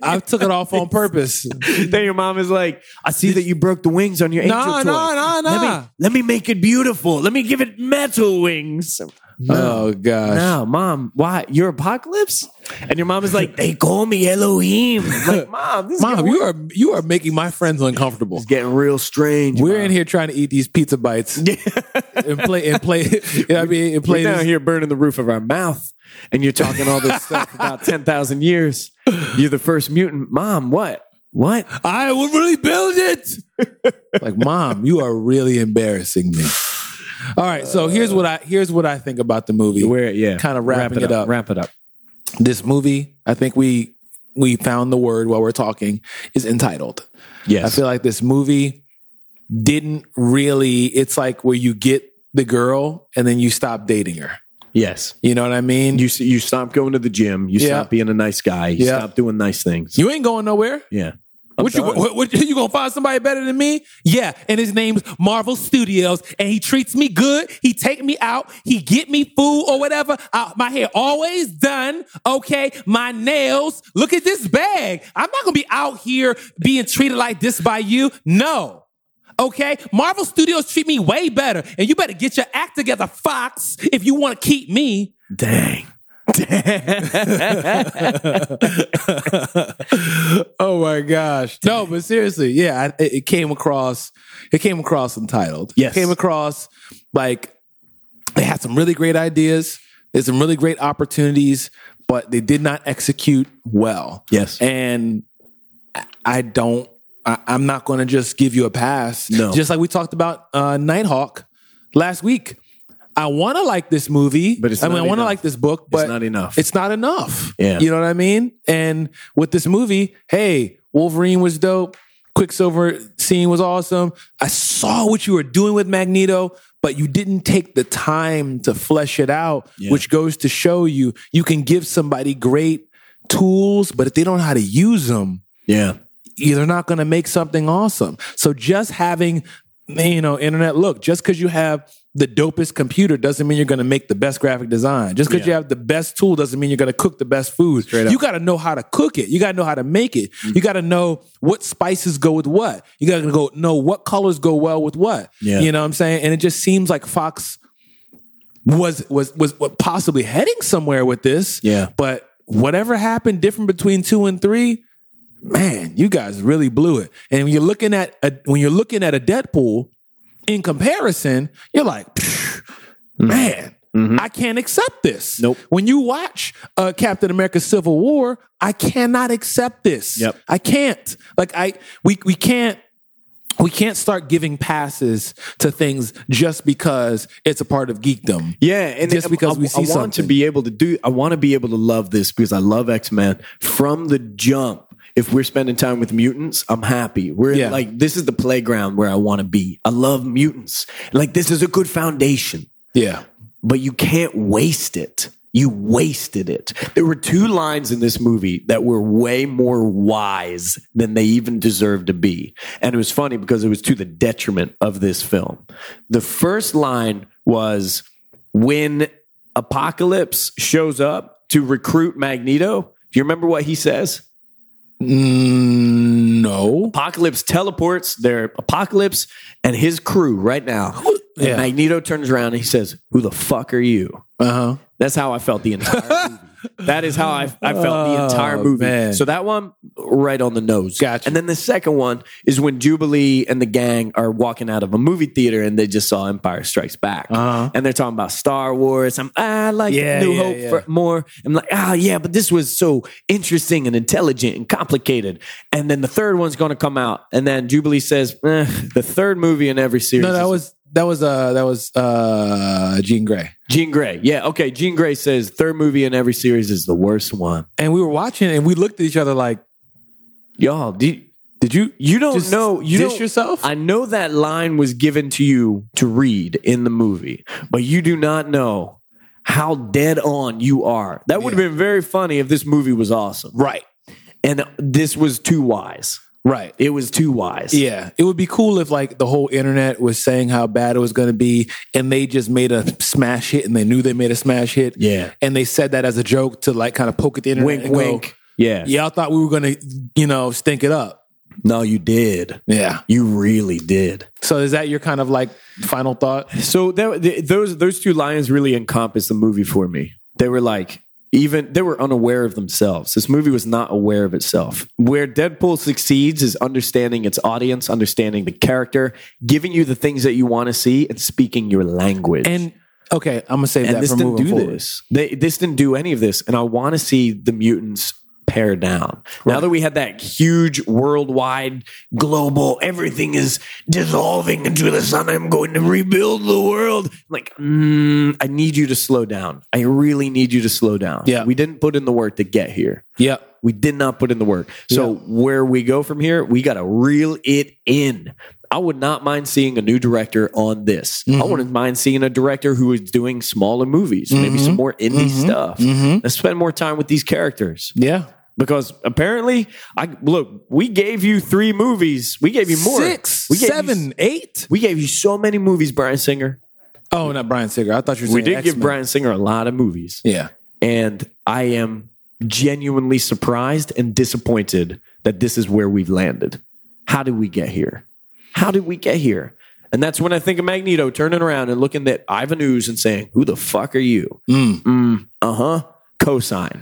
A: I took it off on purpose.
B: then your mom is like, I see that you broke the wings on your angel
A: Nah,
B: toy.
A: nah, nah,
B: Let me-
A: nah.
B: Let me make it beautiful. Let me give it metal wings.
A: oh gosh.
B: No, mom, why? Your apocalypse? And your mom is like, they call me Elohim.
A: <laughs>
B: I'm like, mom, this is
A: Mom,
B: getting,
A: you are you are making my friends uncomfortable.
B: it's getting real strange.
A: We're
B: Mom.
A: in here trying to eat these pizza
B: <laughs>
A: bites and play and play. <laughs> You know what I mean, and
B: We're
A: play
B: down
A: this.
B: here burning the roof of our mouth, and you're
A: <laughs>
B: talking all <laughs> this stuff about 10,000 years. You're the first mutant. Mom, what? What?
A: I will really build it. like, mom, you are really embarrassing me. All right, so here's what I here's what I think about the movie.
B: Where, yeah.
A: Kind of
B: Wrap
A: wrapping it up.
B: Wrap it up.
A: this movie, I think we we found the word while we're talking is entitled.
B: Yes.
A: I feel like this movie didn't really. It's like where you get the girl and then you stop dating her.
B: yes.
A: You know what I mean?
B: You s- you stop going to the gym. You
A: Yeah.
B: stop being a nice guy. You
A: Yeah.
B: stop doing nice things.
A: you ain't going nowhere.
B: Yeah.
A: What you,
B: done.
A: what, what- <laughs> you gonna find somebody better than me? Yeah, and his name's Marvel Studios, and he treats me good. He take me out. He get me food or whatever. Uh, my hair always done. Okay, my nails. Look at this bag. I'm not gonna be out here being treated like this by you. No. Okay, Marvel Studios treat me way better, and you better get your act together, Fox, if you want to keep me.
B: Dang.
A: <laughs> oh my gosh! No, but seriously, yeah, I, it it came across. It came across entitled.
B: Yes.
A: it came across like they had some really great ideas. There's some really great opportunities, but they did not execute well.
B: Yes.
A: and I- I don't. I, I'm not going to just give you a pass.
B: No.
A: just like we talked about uh, Nighthawk last week. I want to like this movie,
B: But it's
A: I mean,
B: not
A: I want to
B: enough.
A: like this book, but
B: not enough.
A: It's not enough.
B: Yeah.
A: you know what I mean. And with this movie, hey, Wolverine was dope. Quicksilver scene was awesome. I saw what you were doing with Magneto, but you didn't take the time to flesh it out, which goes to show you you can give somebody great tools, but if they don't know how to use them,
B: yeah.
A: you're not going to make something awesome. So just having, you know, internet look, just because you have the dopest computer doesn't mean you're going to make the best graphic design. Just because you have the best tool doesn't mean you're going to cook the best food. You got to know how to cook it. You got to know how to make it. You got to know what spices go with what. You got to go know what colors go well with what.
B: Yeah.
A: You know what I'm saying? And it just seems like Fox was was was possibly heading somewhere with this.
B: Yeah.
A: But whatever happened different between 2 and 3, man, you guys really blew it. And when you're looking at a, when you're looking at a Deadpool in comparison, you're like, "Phew, man, I can't accept this.
B: Mm-hmm. Nope.
A: When you watch uh, Captain America: Civil War, I cannot accept this.
B: Yep.
A: I can't. Like I, we we can't. We can't start giving passes to things just because it's a part of geekdom.
B: Yeah, and
A: Just
B: I-
A: because
B: I,
A: we see
B: I want to
A: something.
B: be able to do. I want to be able to love this because I love X Men from the jump. If we're spending time with mutants, I'm happy. We're
A: Yeah.
B: like this is the playground where I want to be. I love mutants. Like this is a good foundation,
A: Yeah.
B: but you can't waste it. You wasted it. There were two lines in this movie that were way more wise than they even deserved to be. And it was funny because it was to the detriment of this film. The first line was when Apocalypse shows up to recruit Magneto. Do you remember what he says?
A: Mm, no.
B: Apocalypse teleports their Apocalypse and his crew right now. And
A: Yeah.
B: Magneto turns around and he says, Who the fuck are you?
A: Uh huh.
B: That's how I felt
A: <laughs>
B: the entire movie. That is how I, I felt the entire
A: Oh,
B: movie.
A: man.
B: So that one, right on the nose.
A: Gotcha.
B: And then the second one is when Jubilee and the gang are walking out of a movie theater and they just saw Empire Strikes Back.
A: Uh-huh.
B: And they're talking about Star Wars. I'm, I like
A: Yeah,
B: New
A: yeah,
B: Hope
A: yeah.
B: For more. I'm like, ah, yeah, but this was so interesting and intelligent and complicated. And then the third one's going to come out. And then Jubilee says, eh, the third movie in every series
A: No, that
B: is
A: was that was uh that was uh Jean Grey.
B: Jean Grey. Yeah, okay. Jean Grey says third movie in every series is the worst one.
A: And we were watching and we looked at each other like,
B: Y'all, did,
A: did you
B: you don't
A: Just
B: know you
A: dish
B: don't-
A: yourself?
B: I know that line was given to you to read in the movie, but you do not know how dead on you are. That would have been very funny if this movie was awesome.
A: Right.
B: And this was too wise.
A: Right.
B: It was too wise.
A: Yeah, it would be cool if like the whole internet was saying how bad it was going to be, and they just made a smash hit, and they knew they made a smash hit.
B: Yeah.
A: and they said that as a joke to like kind of poke at the internet.
B: Wink,
A: and go,
B: wink. Yeah.
A: Y'all thought we were going to, you know, stink it up.
B: No, you did.
A: Yeah.
B: You really did.
A: So is that your kind of like final thought?
B: So that, th- those those two lions really encompassed the movie for me. They were like even they were unaware of themselves. This movie was not aware of itself. Where Deadpool succeeds is understanding its audience, understanding the character, giving you the things that you want to see, and speaking your language.
A: And okay, I'm gonna save
B: And
A: that
B: this
A: for
B: didn't
A: moving
B: do
A: forward.
B: this. They, this didn't do any of this. And I want to see the mutants pare down. Now that we had that huge worldwide global, everything is dissolving into the sun. I'm going to rebuild the world. I'm like, mm, I need you to slow down. I really need you to slow down.
A: Yeah.
B: We didn't put in the work to get here.
A: Yeah,
B: We did not put in the work. So where we go from here, we got to reel it in. I would not mind seeing a new director on this. I
A: Mm-hmm.
B: wouldn't mind seeing a director who is doing smaller movies, maybe
A: Mm-hmm.
B: some more indie stuff. Let's spend more time with these characters
A: yeah.
B: because apparently, I look. We gave you three movies. We gave you more.
A: Six,
B: We gave you-
A: seven, eight.
B: we gave you so many movies, Brian Singer.
A: Oh, not Brian Singer. I thought you were.
B: We
A: saying
B: did give
A: X-Men.
B: Brian Singer a lot of movies
A: Yeah.
B: and I am genuinely surprised and disappointed that this is where we've landed. How did we get here? How did we get here? And that's when I think of Magneto turning around and looking at Ivan Ooze and saying, "Who the fuck are you?"
A: Mm.
B: uh huh. Cosine.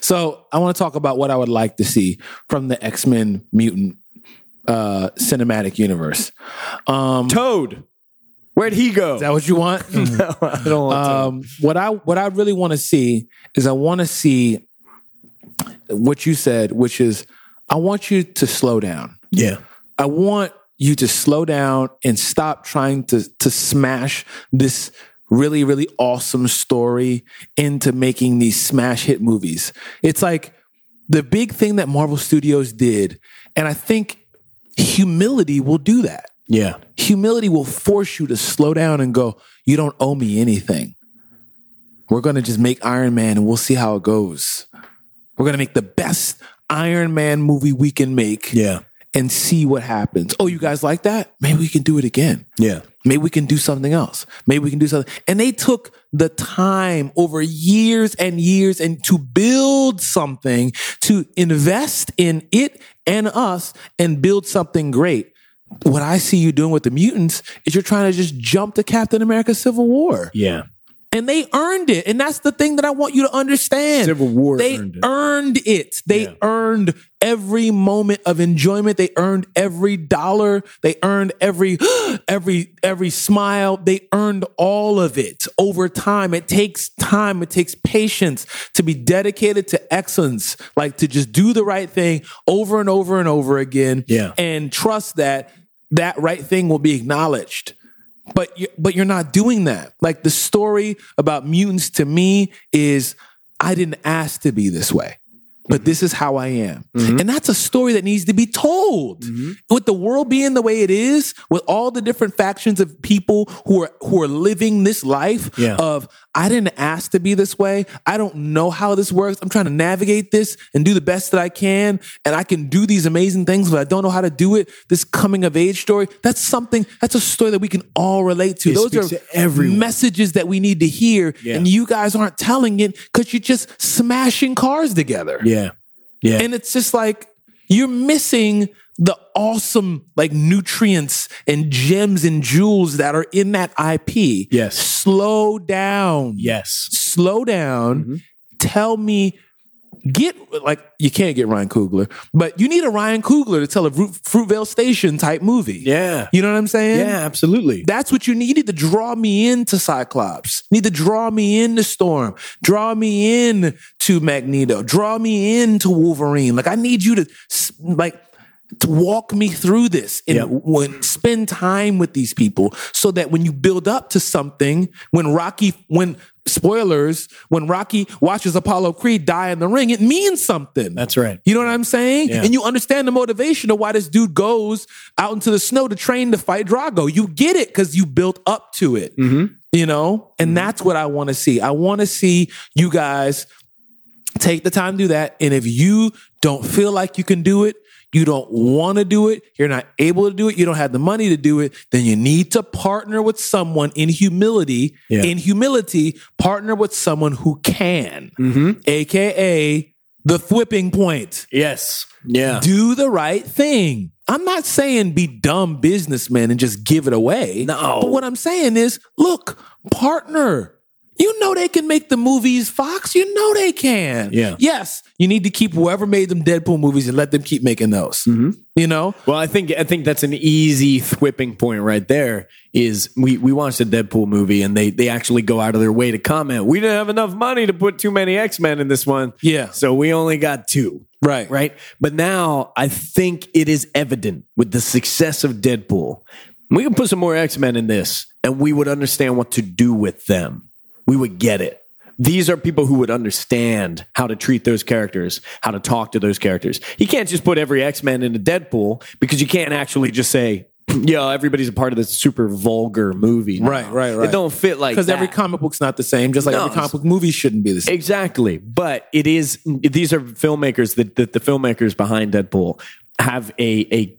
A: So I want to talk about what I would like to see from the X Men mutant uh, cinematic universe. Um, is
B: Toad. Where'd he go?
A: that what you <laughs> want?
B: No, <laughs> I don't want Toad.
A: um, what I what I really want to see is I want to see what you said, which is I want you to slow down.
B: Yeah.
A: I want you to slow down and stop trying to to smash this really really awesome story into making these smash hit movies. It's like the big thing that Marvel Studios did and I think humility will do that.
B: Yeah.
A: Humility will force you to slow down and go, you don't owe me anything. We're going to just make Iron Man and we'll see how it goes. We're going to make the best Iron Man movie we can make
B: Yeah.
A: and see what happens. Oh, you guys like that? Maybe we can do it again.
B: Yeah.
A: Maybe we can do something else. Maybe we can do something. And they took the time over years and years and to build something, to invest in it and us and build something great. What I see you doing with the mutants is you're trying to just jump to Captain America Civil War.
B: Yeah.
A: And they earned it. And that's the thing that I want you to understand.
B: Civil War
A: They
B: earned
A: earned it.
B: it.
A: They
B: Yeah.
A: earned every moment of enjoyment. They earned every dollar. They earned every <gasps> every every smile. They earned all of it over time. It takes time. It takes patience to be dedicated to excellence, like to just do the right thing over and over and over again.
B: Yeah.
A: And trust that that right thing will be acknowledged but you, but you're not doing that. Like the story about mutants to me is I didn't ask to be this way. But this is how I am. And that's a story that needs to be told. With the world being the way it is, with all the different factions of people who are who are living this life
B: Yeah.
A: of I didn't ask to be this way. I don't know how this works. I'm trying to navigate this and do the best that I can. And I can do these amazing things, but I don't know how to do it. This coming of age story, that's something, that's a story that we can all relate to.
B: It
A: Those
B: speaks
A: are
B: to everyone.
A: messages that we need to hear. And you guys aren't telling it because you're just smashing cars together.
B: Yeah. Yeah.
A: And it's just like you're missing the awesome like nutrients and gems and jewels that are in that IP.
B: Yes.
A: Slow down.
B: yes.
A: Slow down.
B: Mm-hmm.
A: Tell me get like you can't get Ryan Coogler, but you need a Ryan Coogler to tell a Fruit, Fruitvale Station type movie.
B: Yeah.
A: You know what I'm saying?
B: Yeah, absolutely.
A: That's what you need. You need to draw me into Cyclops. You need to draw me into Storm. Draw me in to Magneto. Draw me into Wolverine. Like I need you to s- like to walk me through this and
B: Yep.
A: when, spend time with these people so that when you build up to something, when Rocky, when spoilers, when Rocky watches Apollo Creed die in the ring, it means something.
B: That's right.
A: You know what I'm saying?
B: Yeah.
A: And you understand the motivation of why this dude goes out into the snow to train to fight Drago. You get it because you built up to it.
B: Mm-hmm.
A: You know? And that's what I want to see. I want to see you guys take the time to do that. And if you don't feel like you can do it, you don't want to do it, you're not able to do it, you don't have the money to do it, then you need to partner with someone in humility.
B: Yeah.
A: In humility, partner with someone who can,
B: Mm-hmm.
A: aka the flipping point.
B: Yes. Yeah.
A: Do the right thing. I'm not saying be dumb businessmen and just give it away.
B: No.
A: But what I'm saying is, look, partner. You know they can make the movies, Fox. You know they can.
B: Yeah.
A: Yes, you need to keep whoever made them Deadpool movies and let them keep making those.
B: Mm-hmm.
A: You know,
B: Well, I think I think that's an easy whipping point right there. Is we we watched a Deadpool movie and they they actually go out of their way to comment. We didn't have enough money to put too many X Men in this one.
A: Yeah.
B: so we only got two.
A: Right.
B: right. But now I think it is evident with the success of Deadpool. We can put some more X Men in this, and we would understand what to do with them. We would get it. These are people who would understand how to treat those characters, how to talk to those characters. You can't just put every X Men into Deadpool because you can't actually just say, "Yeah, everybody's a part of this super vulgar movie."
A: Right, right, right.
B: It don't fit like
A: because every
B: that.
A: comic book's not the same. Just like
B: No,
A: every comic book movie shouldn't be the same.
B: Exactly. But it is these are filmmakers that, that the filmmakers behind Deadpool have a a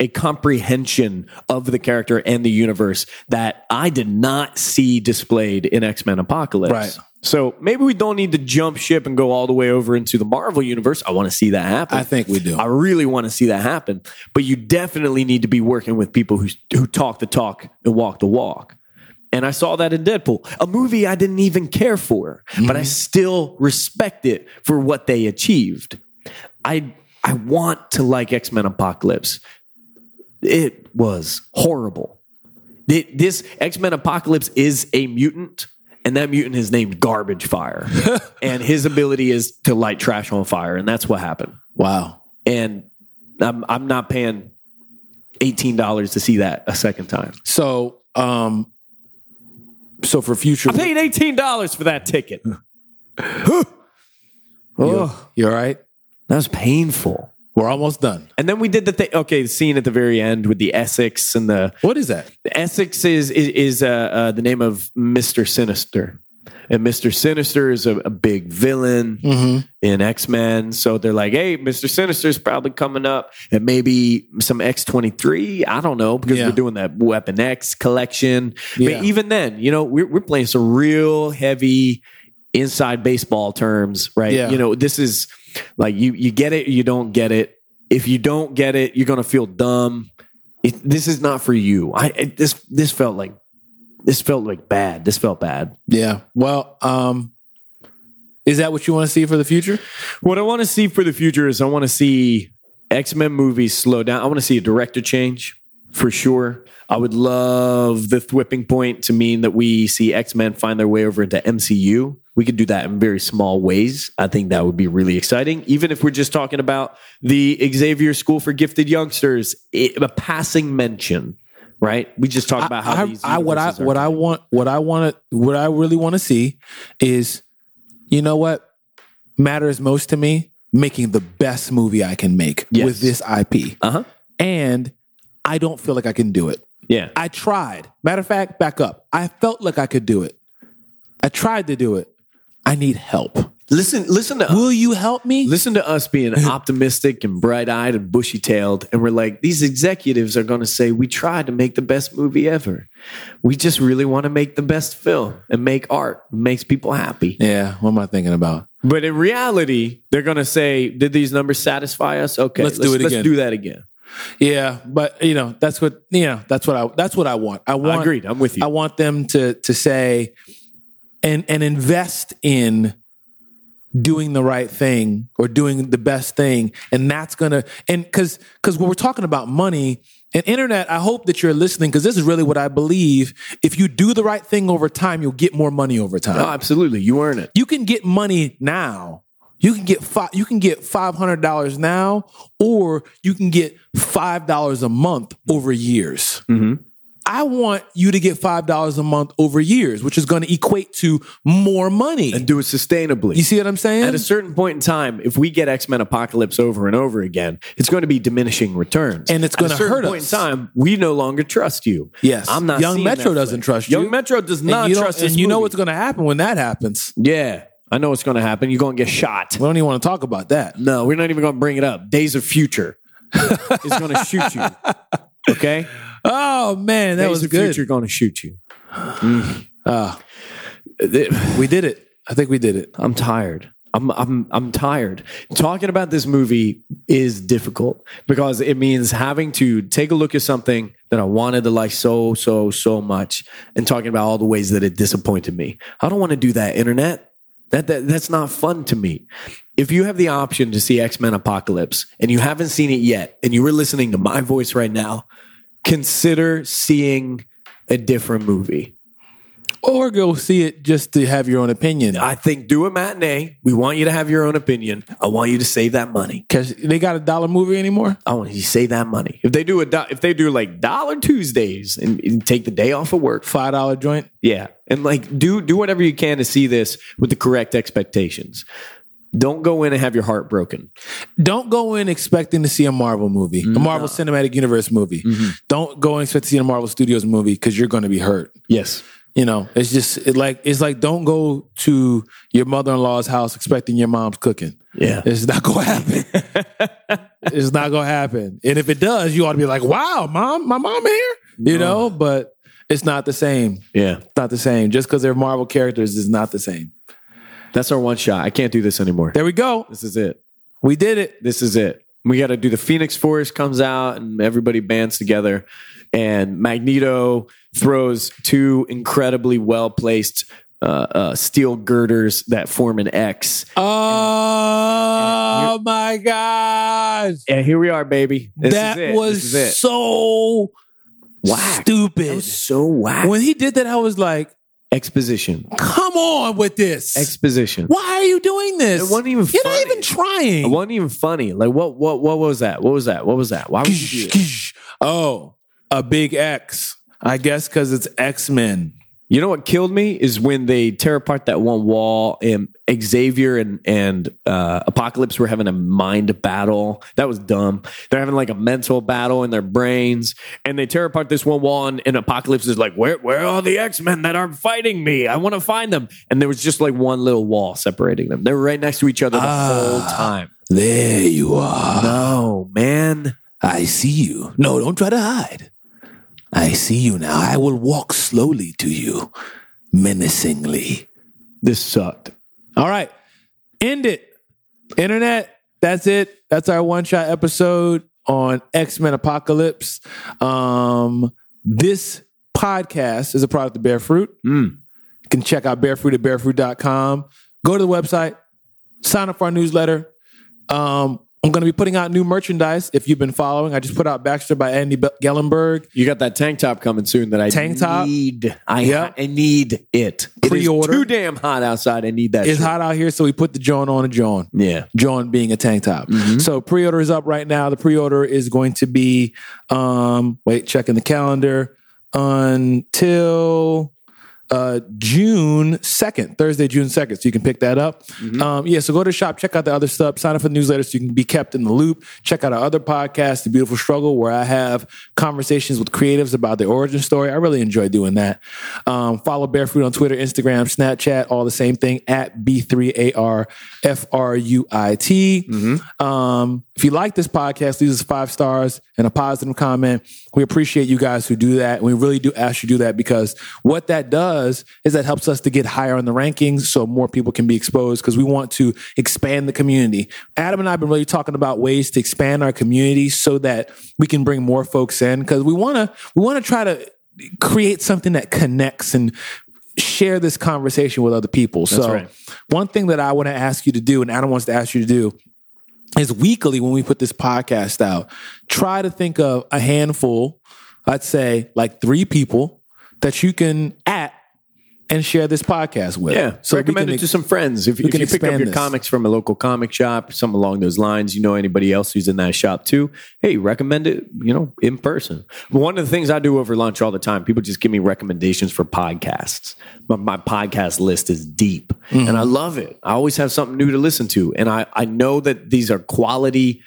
B: a comprehension of the character and the universe that I did not see displayed in X Men Apocalypse.
A: Right.
B: So maybe we don't need to jump ship and go all the way over into the Marvel universe. I want to see that happen.
A: I think we do.
B: I really want to see that happen. But you definitely need to be working with people who who talk the talk and walk the walk. And I saw that in Deadpool, a movie I didn't even care for, but
A: Mm-hmm.
B: I still respect it for what they achieved. I I want to like X Men Apocalypse. It was horrible. Th- This X Men Apocalypse is a mutant, and that mutant is named Garbage
A: <laughs>
B: Fire, and his ability is to light trash on fire, and that's what happened
A: Wow.
B: and I'm I'm not paying eighteen dollars to see that a second time.
A: So, um, so for future,
B: I paid eighteen dollars for that <laughs> ticket.
A: oh, you all right?
B: That was painful.
A: We're almost done.
B: And then we did the thing. Okay, the scene at the very end with the Essex and the,
A: What is that?
B: the Essex is is, is uh, uh, the name of Mister Sinister, and Mister Sinister is a, a big villain.
A: Mm-hmm.
B: in X Men. So they're like, hey, Mr. Sinister's probably coming up and maybe some X23. I don't know because
A: Yeah.
B: we're doing that Weapon X collection.
A: Yeah.
B: But even then, you know, we're, we're playing some real heavy inside baseball terms, right?
A: Yeah.
B: You know, this is like you, you get it, you don't get it. If you don't get it, you're going to feel dumb. It, this is not for you. I it, this this felt like this felt like bad. This felt bad.
A: Yeah. Well, um, is that what you want to see for the future?
B: What I want to see for the future is I want to see X Men movies slow down. I want to see a director change for sure. I would love the whipping point to mean that we see X Men find their way over into MCU. We could do that in very small ways. I think that would be really exciting. Even if we're just talking about the Xavier School for Gifted Youngsters, it, a passing mention, right? We just talked about how
A: I,
B: these
A: I- what I
B: universes are.
A: what I want what I want to what I really want to see is you know what matters most to me making the best movie I can make
B: Yes.
A: with this IP.
B: Uh-huh.
A: And I don't feel like I can do it.
B: yeah.
A: I tried. Matter of fact, back up. I felt like I could do it. I tried to do it. I need help.
B: Listen, listen to
A: Will you help me?
B: Listen to us
A: <laughs>
B: being optimistic and bright eyed and bushy tailed. And we're like, these executives are going to say, we tried to make the best movie ever. We just really want to make the best film and make art, makes people happy.
A: Yeah, what am I thinking about?
B: But in reality, they're going to say, did these numbers satisfy us? Okay,
A: Let's do it again.
B: Let's do that again.
A: Yeah, but you know, that's what you know, that's what I that's what I want. I want
B: Agreed. I'm with you.
A: I want them to to say and and invest in doing the right thing or doing the best thing and that's going to and cuz cuz when we're talking about money and internet I hope that you're listening cuz this is really what I believe if you do the right thing over time you'll get more money over time.
B: oh, absolutely. You earn it.
A: You can get money now. You can get five, you can get five hundred dollars now, or you can get five dollars a month over years. I want you to get five dollars a month over years, which is going to equate to more money.
B: And do it sustainably.
A: You see what I'm saying?
B: At a certain point in time, if we get X Men Apocalypse over and over again, it's going to be diminishing returns,
A: And it's
B: At a
A: gonna
B: certain
A: hurt
B: point
A: us.
B: In time, we no longer trust you.
A: Yes.
B: I'm not.
A: Young
B: seeing
A: Metro
B: that
A: doesn't
B: play.
A: trust you.
B: Young Metro does not
A: And you, don't-
B: trust.
A: and
B: this
A: you know
B: movie.
A: what's going to happen when that happens.
B: Yeah, I know what's going to happen. You're going to get shot.
A: We don't even want to talk about that.
B: No, we're not even going to bring it up. Days of Future is going to shoot you. Okay,
A: Oh man, that
B: Days
A: was
B: of
A: good. Ah.
B: Future going to
A: <sighs>
B: shoot you.
A: We did it. I think we did it.
B: I'm tired. I'm I'm I'm tired. Talking about this movie is difficult because it means having to take a look at something that I wanted to like so so so much and talking about all the ways that it disappointed me. I don't want to do that internet. That, that that's not fun to me. If you have the option to see X-Men Apocalypse and you haven't seen it yet and you were listening to my voice right now, consider seeing a different movie.
A: Or go see it just to have your own opinion.
B: I think do a matinee. We want you to have your own opinion. I want you to save that money.
A: Cause they got a dollar movie anymore.
B: I want you to save that money. If they do a do- if they do like dollar Tuesdays and, and take the day off of work,
A: Five dollar joint.
B: yeah, and like do do whatever you can to see this with the correct expectations. Don't go in and have your heart broken.
A: Don't go in expecting to see a Marvel movie, a Marvel Cinematic Universe movie. Don't go in expecting to see a Marvel Studios movie because you're going to be hurt.
B: Yes,
A: You know, it's just it like it's like don't go to your mother in law's house expecting your mom's cooking.
B: Yeah.
A: it's not going to happen. it's not going to happen. And if it does, you ought to be like, "Wow, mom, my mom here," you know. But it's not the same.
B: yeah,
A: It's not the same. Just because they're Marvel characters is not the same.
B: that's our one shot. I can't do this anymore.
A: There we go.
B: This is it.
A: We did it.
B: This is it. We got to do the Phoenix Force comes out and everybody bands together, and Magneto throws two incredibly well placed uh, uh, steel girders that form an X.
A: Oh my gosh.
B: And here we are, baby. This
A: that
B: is it.
A: was
B: this is it.
A: so
B: Whack. That
A: stupid.
B: was so whack.
A: when he did that, I was like,
B: Exposition.
A: come on with this.
B: Exposition.
A: Why are you doing this?
B: It wasn't even
A: You're
B: funny.
A: not even trying.
B: It wasn't even funny. Like what? What? What was that? What was that? What was that? Why would you do that?
A: Oh, a big X. I guess because it's X Men.
B: You know what killed me is when they tear apart that one wall and Xavier and and uh, Apocalypse were having a mind battle. That was dumb. They're having like a mental battle in their brains, and they tear apart this one wall. And, and Apocalypse is like, "Where where are the X Men that aren't fighting me? I want to find them." And there was just like one little wall separating them. They were right next to each other the whole time.
A: There you are.
B: No man.
A: I see you. No, don't try to hide. I see you now. I will walk slowly to you, menacingly.
B: This sucked.
A: All right. End it. Internet, that's it. That's our one shot episode on X Men Apocalypse. Um, this podcast is a product of Bear Fruit. You can check out Barefruit at barefruit.com. Go to the website, sign up for our newsletter. Um, I'm going to be putting out new merchandise if you've been following. I just put out Baxter by Andy Be- Gellenberg.
B: You got that tank top coming soon that I
A: Tank top.
B: need. I,
A: Yep.
B: I need it.
A: Pre-order.
B: It is too damn hot outside. I need that.
A: It's
B: shit.
A: hot out here, so we put the John on a John.
B: Yeah.
A: John being a tank top. So pre order is up right now. The pre order is going to be, um, wait, checking the calendar until uh, June 2nd, Thursday, June 2nd. So you can pick that up. Um, yeah, so go to the shop, check out the other stuff, sign up for the newsletter so you can be kept in the loop. Check out our other podcast, The Beautiful Struggle, where I have conversations with creatives about their origin story. I really enjoy doing that. Um, follow Barefoot on Twitter, Instagram, Snapchat, all the same thing at B3ARFRUIT. Um, if you like this podcast, leave us five stars and a positive comment. We appreciate you guys who do that. We really do ask you to do that because what that does is that helps us to get higher in the rankings so more people can be exposed because we want to expand the community. Adam and I have been really talking about ways to expand our community so that we can bring more folks in because we want to, we want to try to create something that connects and share this conversation with other people. so
C: right.
A: one thing that I want to ask you to do and Adam wants to ask you to do is weekly when we put this podcast out. Try to think of a handful, I'd say like three people that you can at and share this podcast with.
B: Yeah. So
A: we
B: recommend
A: can
B: it to some friends. If, if
A: can
B: you pick up
A: expand
B: your
A: this.
B: comics from a local comic shop, something along those lines, you know anybody else who's in that shop too, hey, recommend it, you know, in person. One of the things I do over lunch all the time, people just give me recommendations for podcasts. My, my podcast list is deep
A: Mm-hmm.
B: and I love it. I always have something new to listen to. And I, I know that these are quality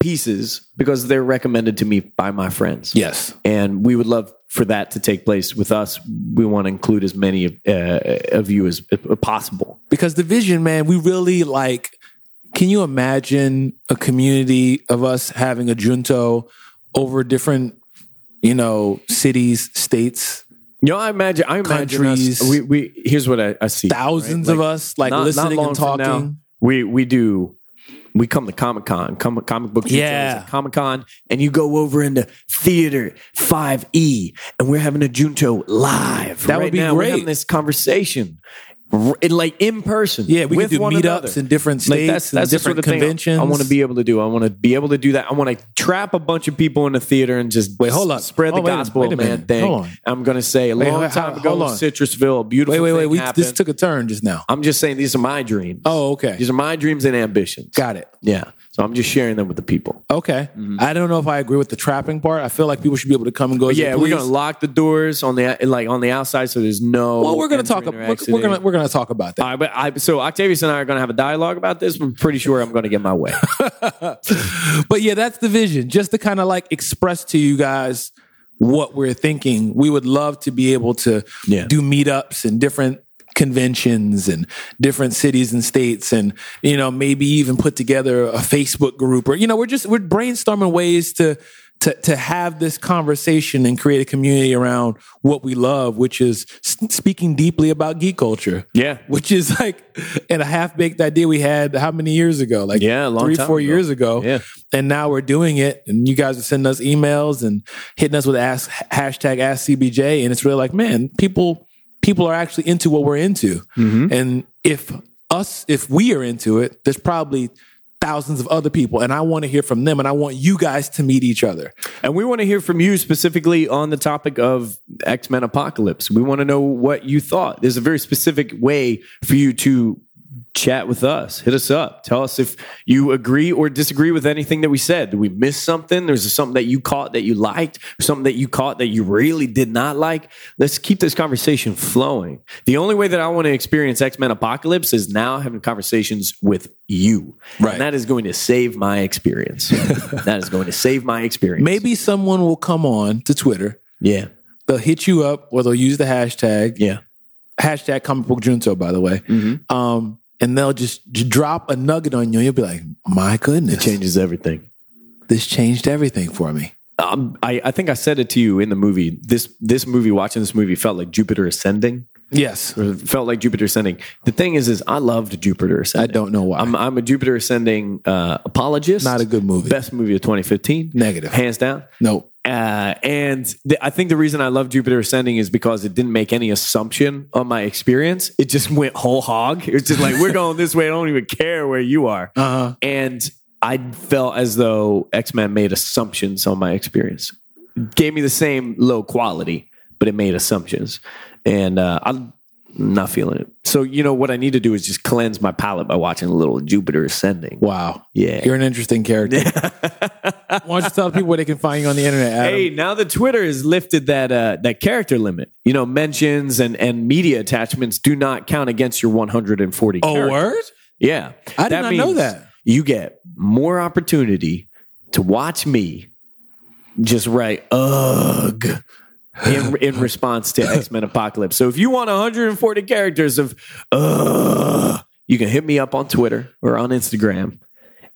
B: pieces because they're recommended to me by my friends.
A: Yes.
B: And we would love for that to take place with us. We want to include as many of, uh, of you as uh, possible.
A: Because the vision, man, we really like can you imagine a community of us having a junto over different, you know, cities, states,
B: You know, I imagine, I imagine us,
A: Countries.
B: we, we, here's what I, I see.
A: thousands of us like
B: Not-
A: listening
B: not
A: and
B: long from
A: talking.
B: now, we, we do, we come to Comic Con, come, comic book
A: Yeah.
B: Comic Con, and you go over into Theater 5E, and we're having a Junto live.
A: That would
B: Right
A: be
B: now, We're
A: great.
B: having this conversation. r- in, like in person,
A: Yeah, we
B: with
A: can do
B: one another.
A: meetups in different states
B: Like that's, that's
A: and
B: the
A: different
B: sort of thing
A: conventions.
B: I want to be able to do. I want to be able to do that. I want to trap a bunch of people in a theater and just
A: Wait, hold up.
B: spread
A: Oh,
B: the
A: wait a-
B: gospel,
A: wait a
B: man.
A: minute. Hold on.
B: Thing. I'm going to say a
A: Wait,
B: long
A: wait,
B: time
A: ho-
B: ago,
A: hold
B: in
A: on.
B: Citrusville, a beautiful.
A: Wait, wait, wait.
B: thing
A: We,
B: happened.
A: this took a turn just now.
B: I'm just saying these are my dreams.
A: Oh, okay.
B: these are my dreams and ambitions.
A: Got it.
B: Yeah, so I'm just sharing them with the people.
A: Okay.
B: Mm-hmm.
A: I don't know if I agree with the trapping part. I feel like people should be able to come and go. as
B: Yeah,
A: they
B: we're
A: please.
B: gonna lock the doors on the like on the outside, so there's no.
A: Well, we're gonna
B: entering
A: talk.
B: or
A: We're, we're
B: exiting.
A: gonna we're gonna talk about that.
B: All right, but I, so Octavius and I are gonna have a dialogue about this. I'm pretty sure I'm gonna get my <laughs> way.
A: <laughs> But yeah, that's the vision. Just to kind of like express to you guys what we're thinking. We would love to be able to
B: Yeah.
A: do meetups and different conventions and different cities and states and you know maybe even put together a Facebook group or you know we're just we're brainstorming ways to to to have this conversation and create a community around what we love which is s- speaking deeply about geek culture
B: Yeah.
A: which is like and a half-baked idea we had how many years ago like
B: Yeah, a long
A: three
B: time
A: four
B: ago.
A: years ago
B: Yeah.
A: and now we're doing it and you guys are sending us emails and hitting us with ask, hashtag ask cbj and it's really like man people people are actually into what we're into and if us if we are into it there's probably thousands of other people and i want to hear from them and i want you guys to meet each other
B: And we want to hear from you specifically on the topic of X Men Apocalypse. We want to know what you thought. There's a very specific way for you to chat with us. Hit us up. Tell us if you agree or disagree with anything that we said. Did we miss something? There's something that you caught that you liked, something that you caught that you really did not like. Let's keep this conversation flowing. The only way that I want to experience X Men Apocalypse is now having conversations with you.
A: Right.
B: And that is going to save my
A: <laughs>
B: experience. that is going to save my experience.
A: maybe someone will come on to twitter
B: Yeah.
A: they'll hit you up or they'll use the hashtag
B: Yeah.
A: hashtag comic book junto by the way um and they'll just j- drop a nugget on you and you'll be like my goodness
B: Changes everything.
A: this changed everything for me
B: Um, I, I think I said it to you in the movie. This this movie, watching this movie, felt like Jupiter ascending.
A: yes
B: Or felt like Jupiter ascending. The thing is, is I loved Jupiter
A: i
B: ascending.
A: don't know why
B: I'm I'm a Jupiter ascending uh, apologist.
A: not a good movie
B: best movie of 2015.
A: Negative.
B: hands down.
A: nope
B: Uh, and th- I think the reason I love Jupiter Ascending is because it didn't make any assumption on my experience. It just went whole hog. It was just like, we're <laughs> going this way. I don't even care where you are.
D: Uh-huh.
B: And I felt as though X Men made assumptions on my experience. Gave me the same low quality, but it made assumptions. And uh, I'm not feeling it. So, you know, what I need to do is just cleanse my palate by watching a little Jupiter Ascending.
A: Wow.
B: Yeah.
A: You're an interesting character. Why don't you tell people where they can find you on the internet, Adam?
B: Hey, now that Twitter has lifted that uh, that character limit, you know, mentions and, and media attachments do not count against your 140.
D: Oh,
B: characters.
D: word?
B: Yeah.
A: I did not know
B: means
A: that.
B: You get more opportunity to watch me just write, ugh, <laughs> in, in response to X Men Apocalypse. So if you want 140 characters of, ugh, you can hit me up on Twitter or on Instagram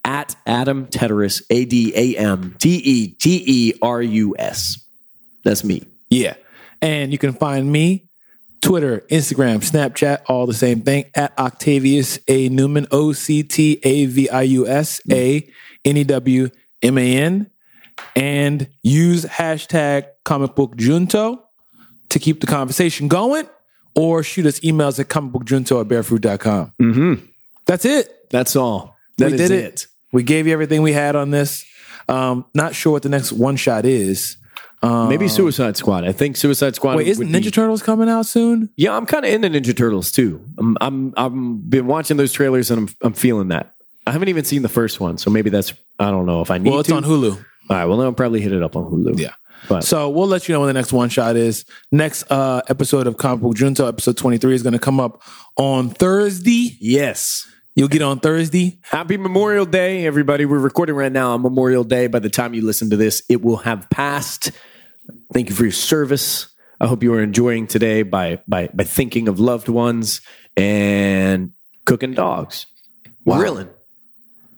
B: at Adam Teterus, A D A M T E T E R U S. That's me.
A: Yeah. And you can find me Twitter, Instagram, Snapchat, all the same thing at Octavius A. Newman, O C T A V I U S A N E W M A N. And use hashtag comic book junto to keep the conversation going or shoot us emails at comicbookjunto at barefruit.com. Mm-hmm. That's it.
B: That's all. That
A: we
B: is
A: did it. We gave you everything we had on this. Um, not sure what the next one shot is.
B: Maybe Suicide Squad. I think Suicide Squad.
A: Wait, isn't
B: would be-
A: Ninja Turtles coming out soon?
B: Yeah, I'm kind of into Ninja Turtles too. I'm I'm I'm been watching those trailers and I'm I'm feeling that. I haven't even seen the first one, so maybe that's I don't know if I need.
A: Well, it's
B: to.
A: on Hulu.
B: All right, well, then I'll probably hit it up on Hulu.
A: Yeah.
B: but
A: So we'll let you know when the next one shot is. Next uh, episode of Comic Book Junto, episode 23, is going to come up on Thursday.
B: yes,
A: You'll get it on Thursday.
B: happy Memorial Day, everybody. We're recording right now on Memorial Day. By the time you listen to this, it will have passed. Thank you for your service. I hope you are enjoying today by by by thinking of loved ones and cooking dogs, grilling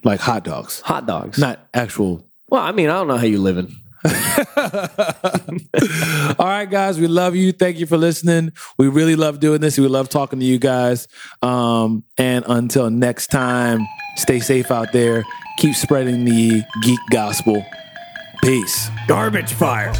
A: Like hot dogs,
B: hot dogs.
A: not actual.
B: well, I mean, I don't know how you living.
A: All right, guys, we love you. Thank you for listening. We really love doing this. We love talking to you guys. Um, and until next time, stay safe out there. Keep spreading the geek gospel. Peace.
B: Garbage fire.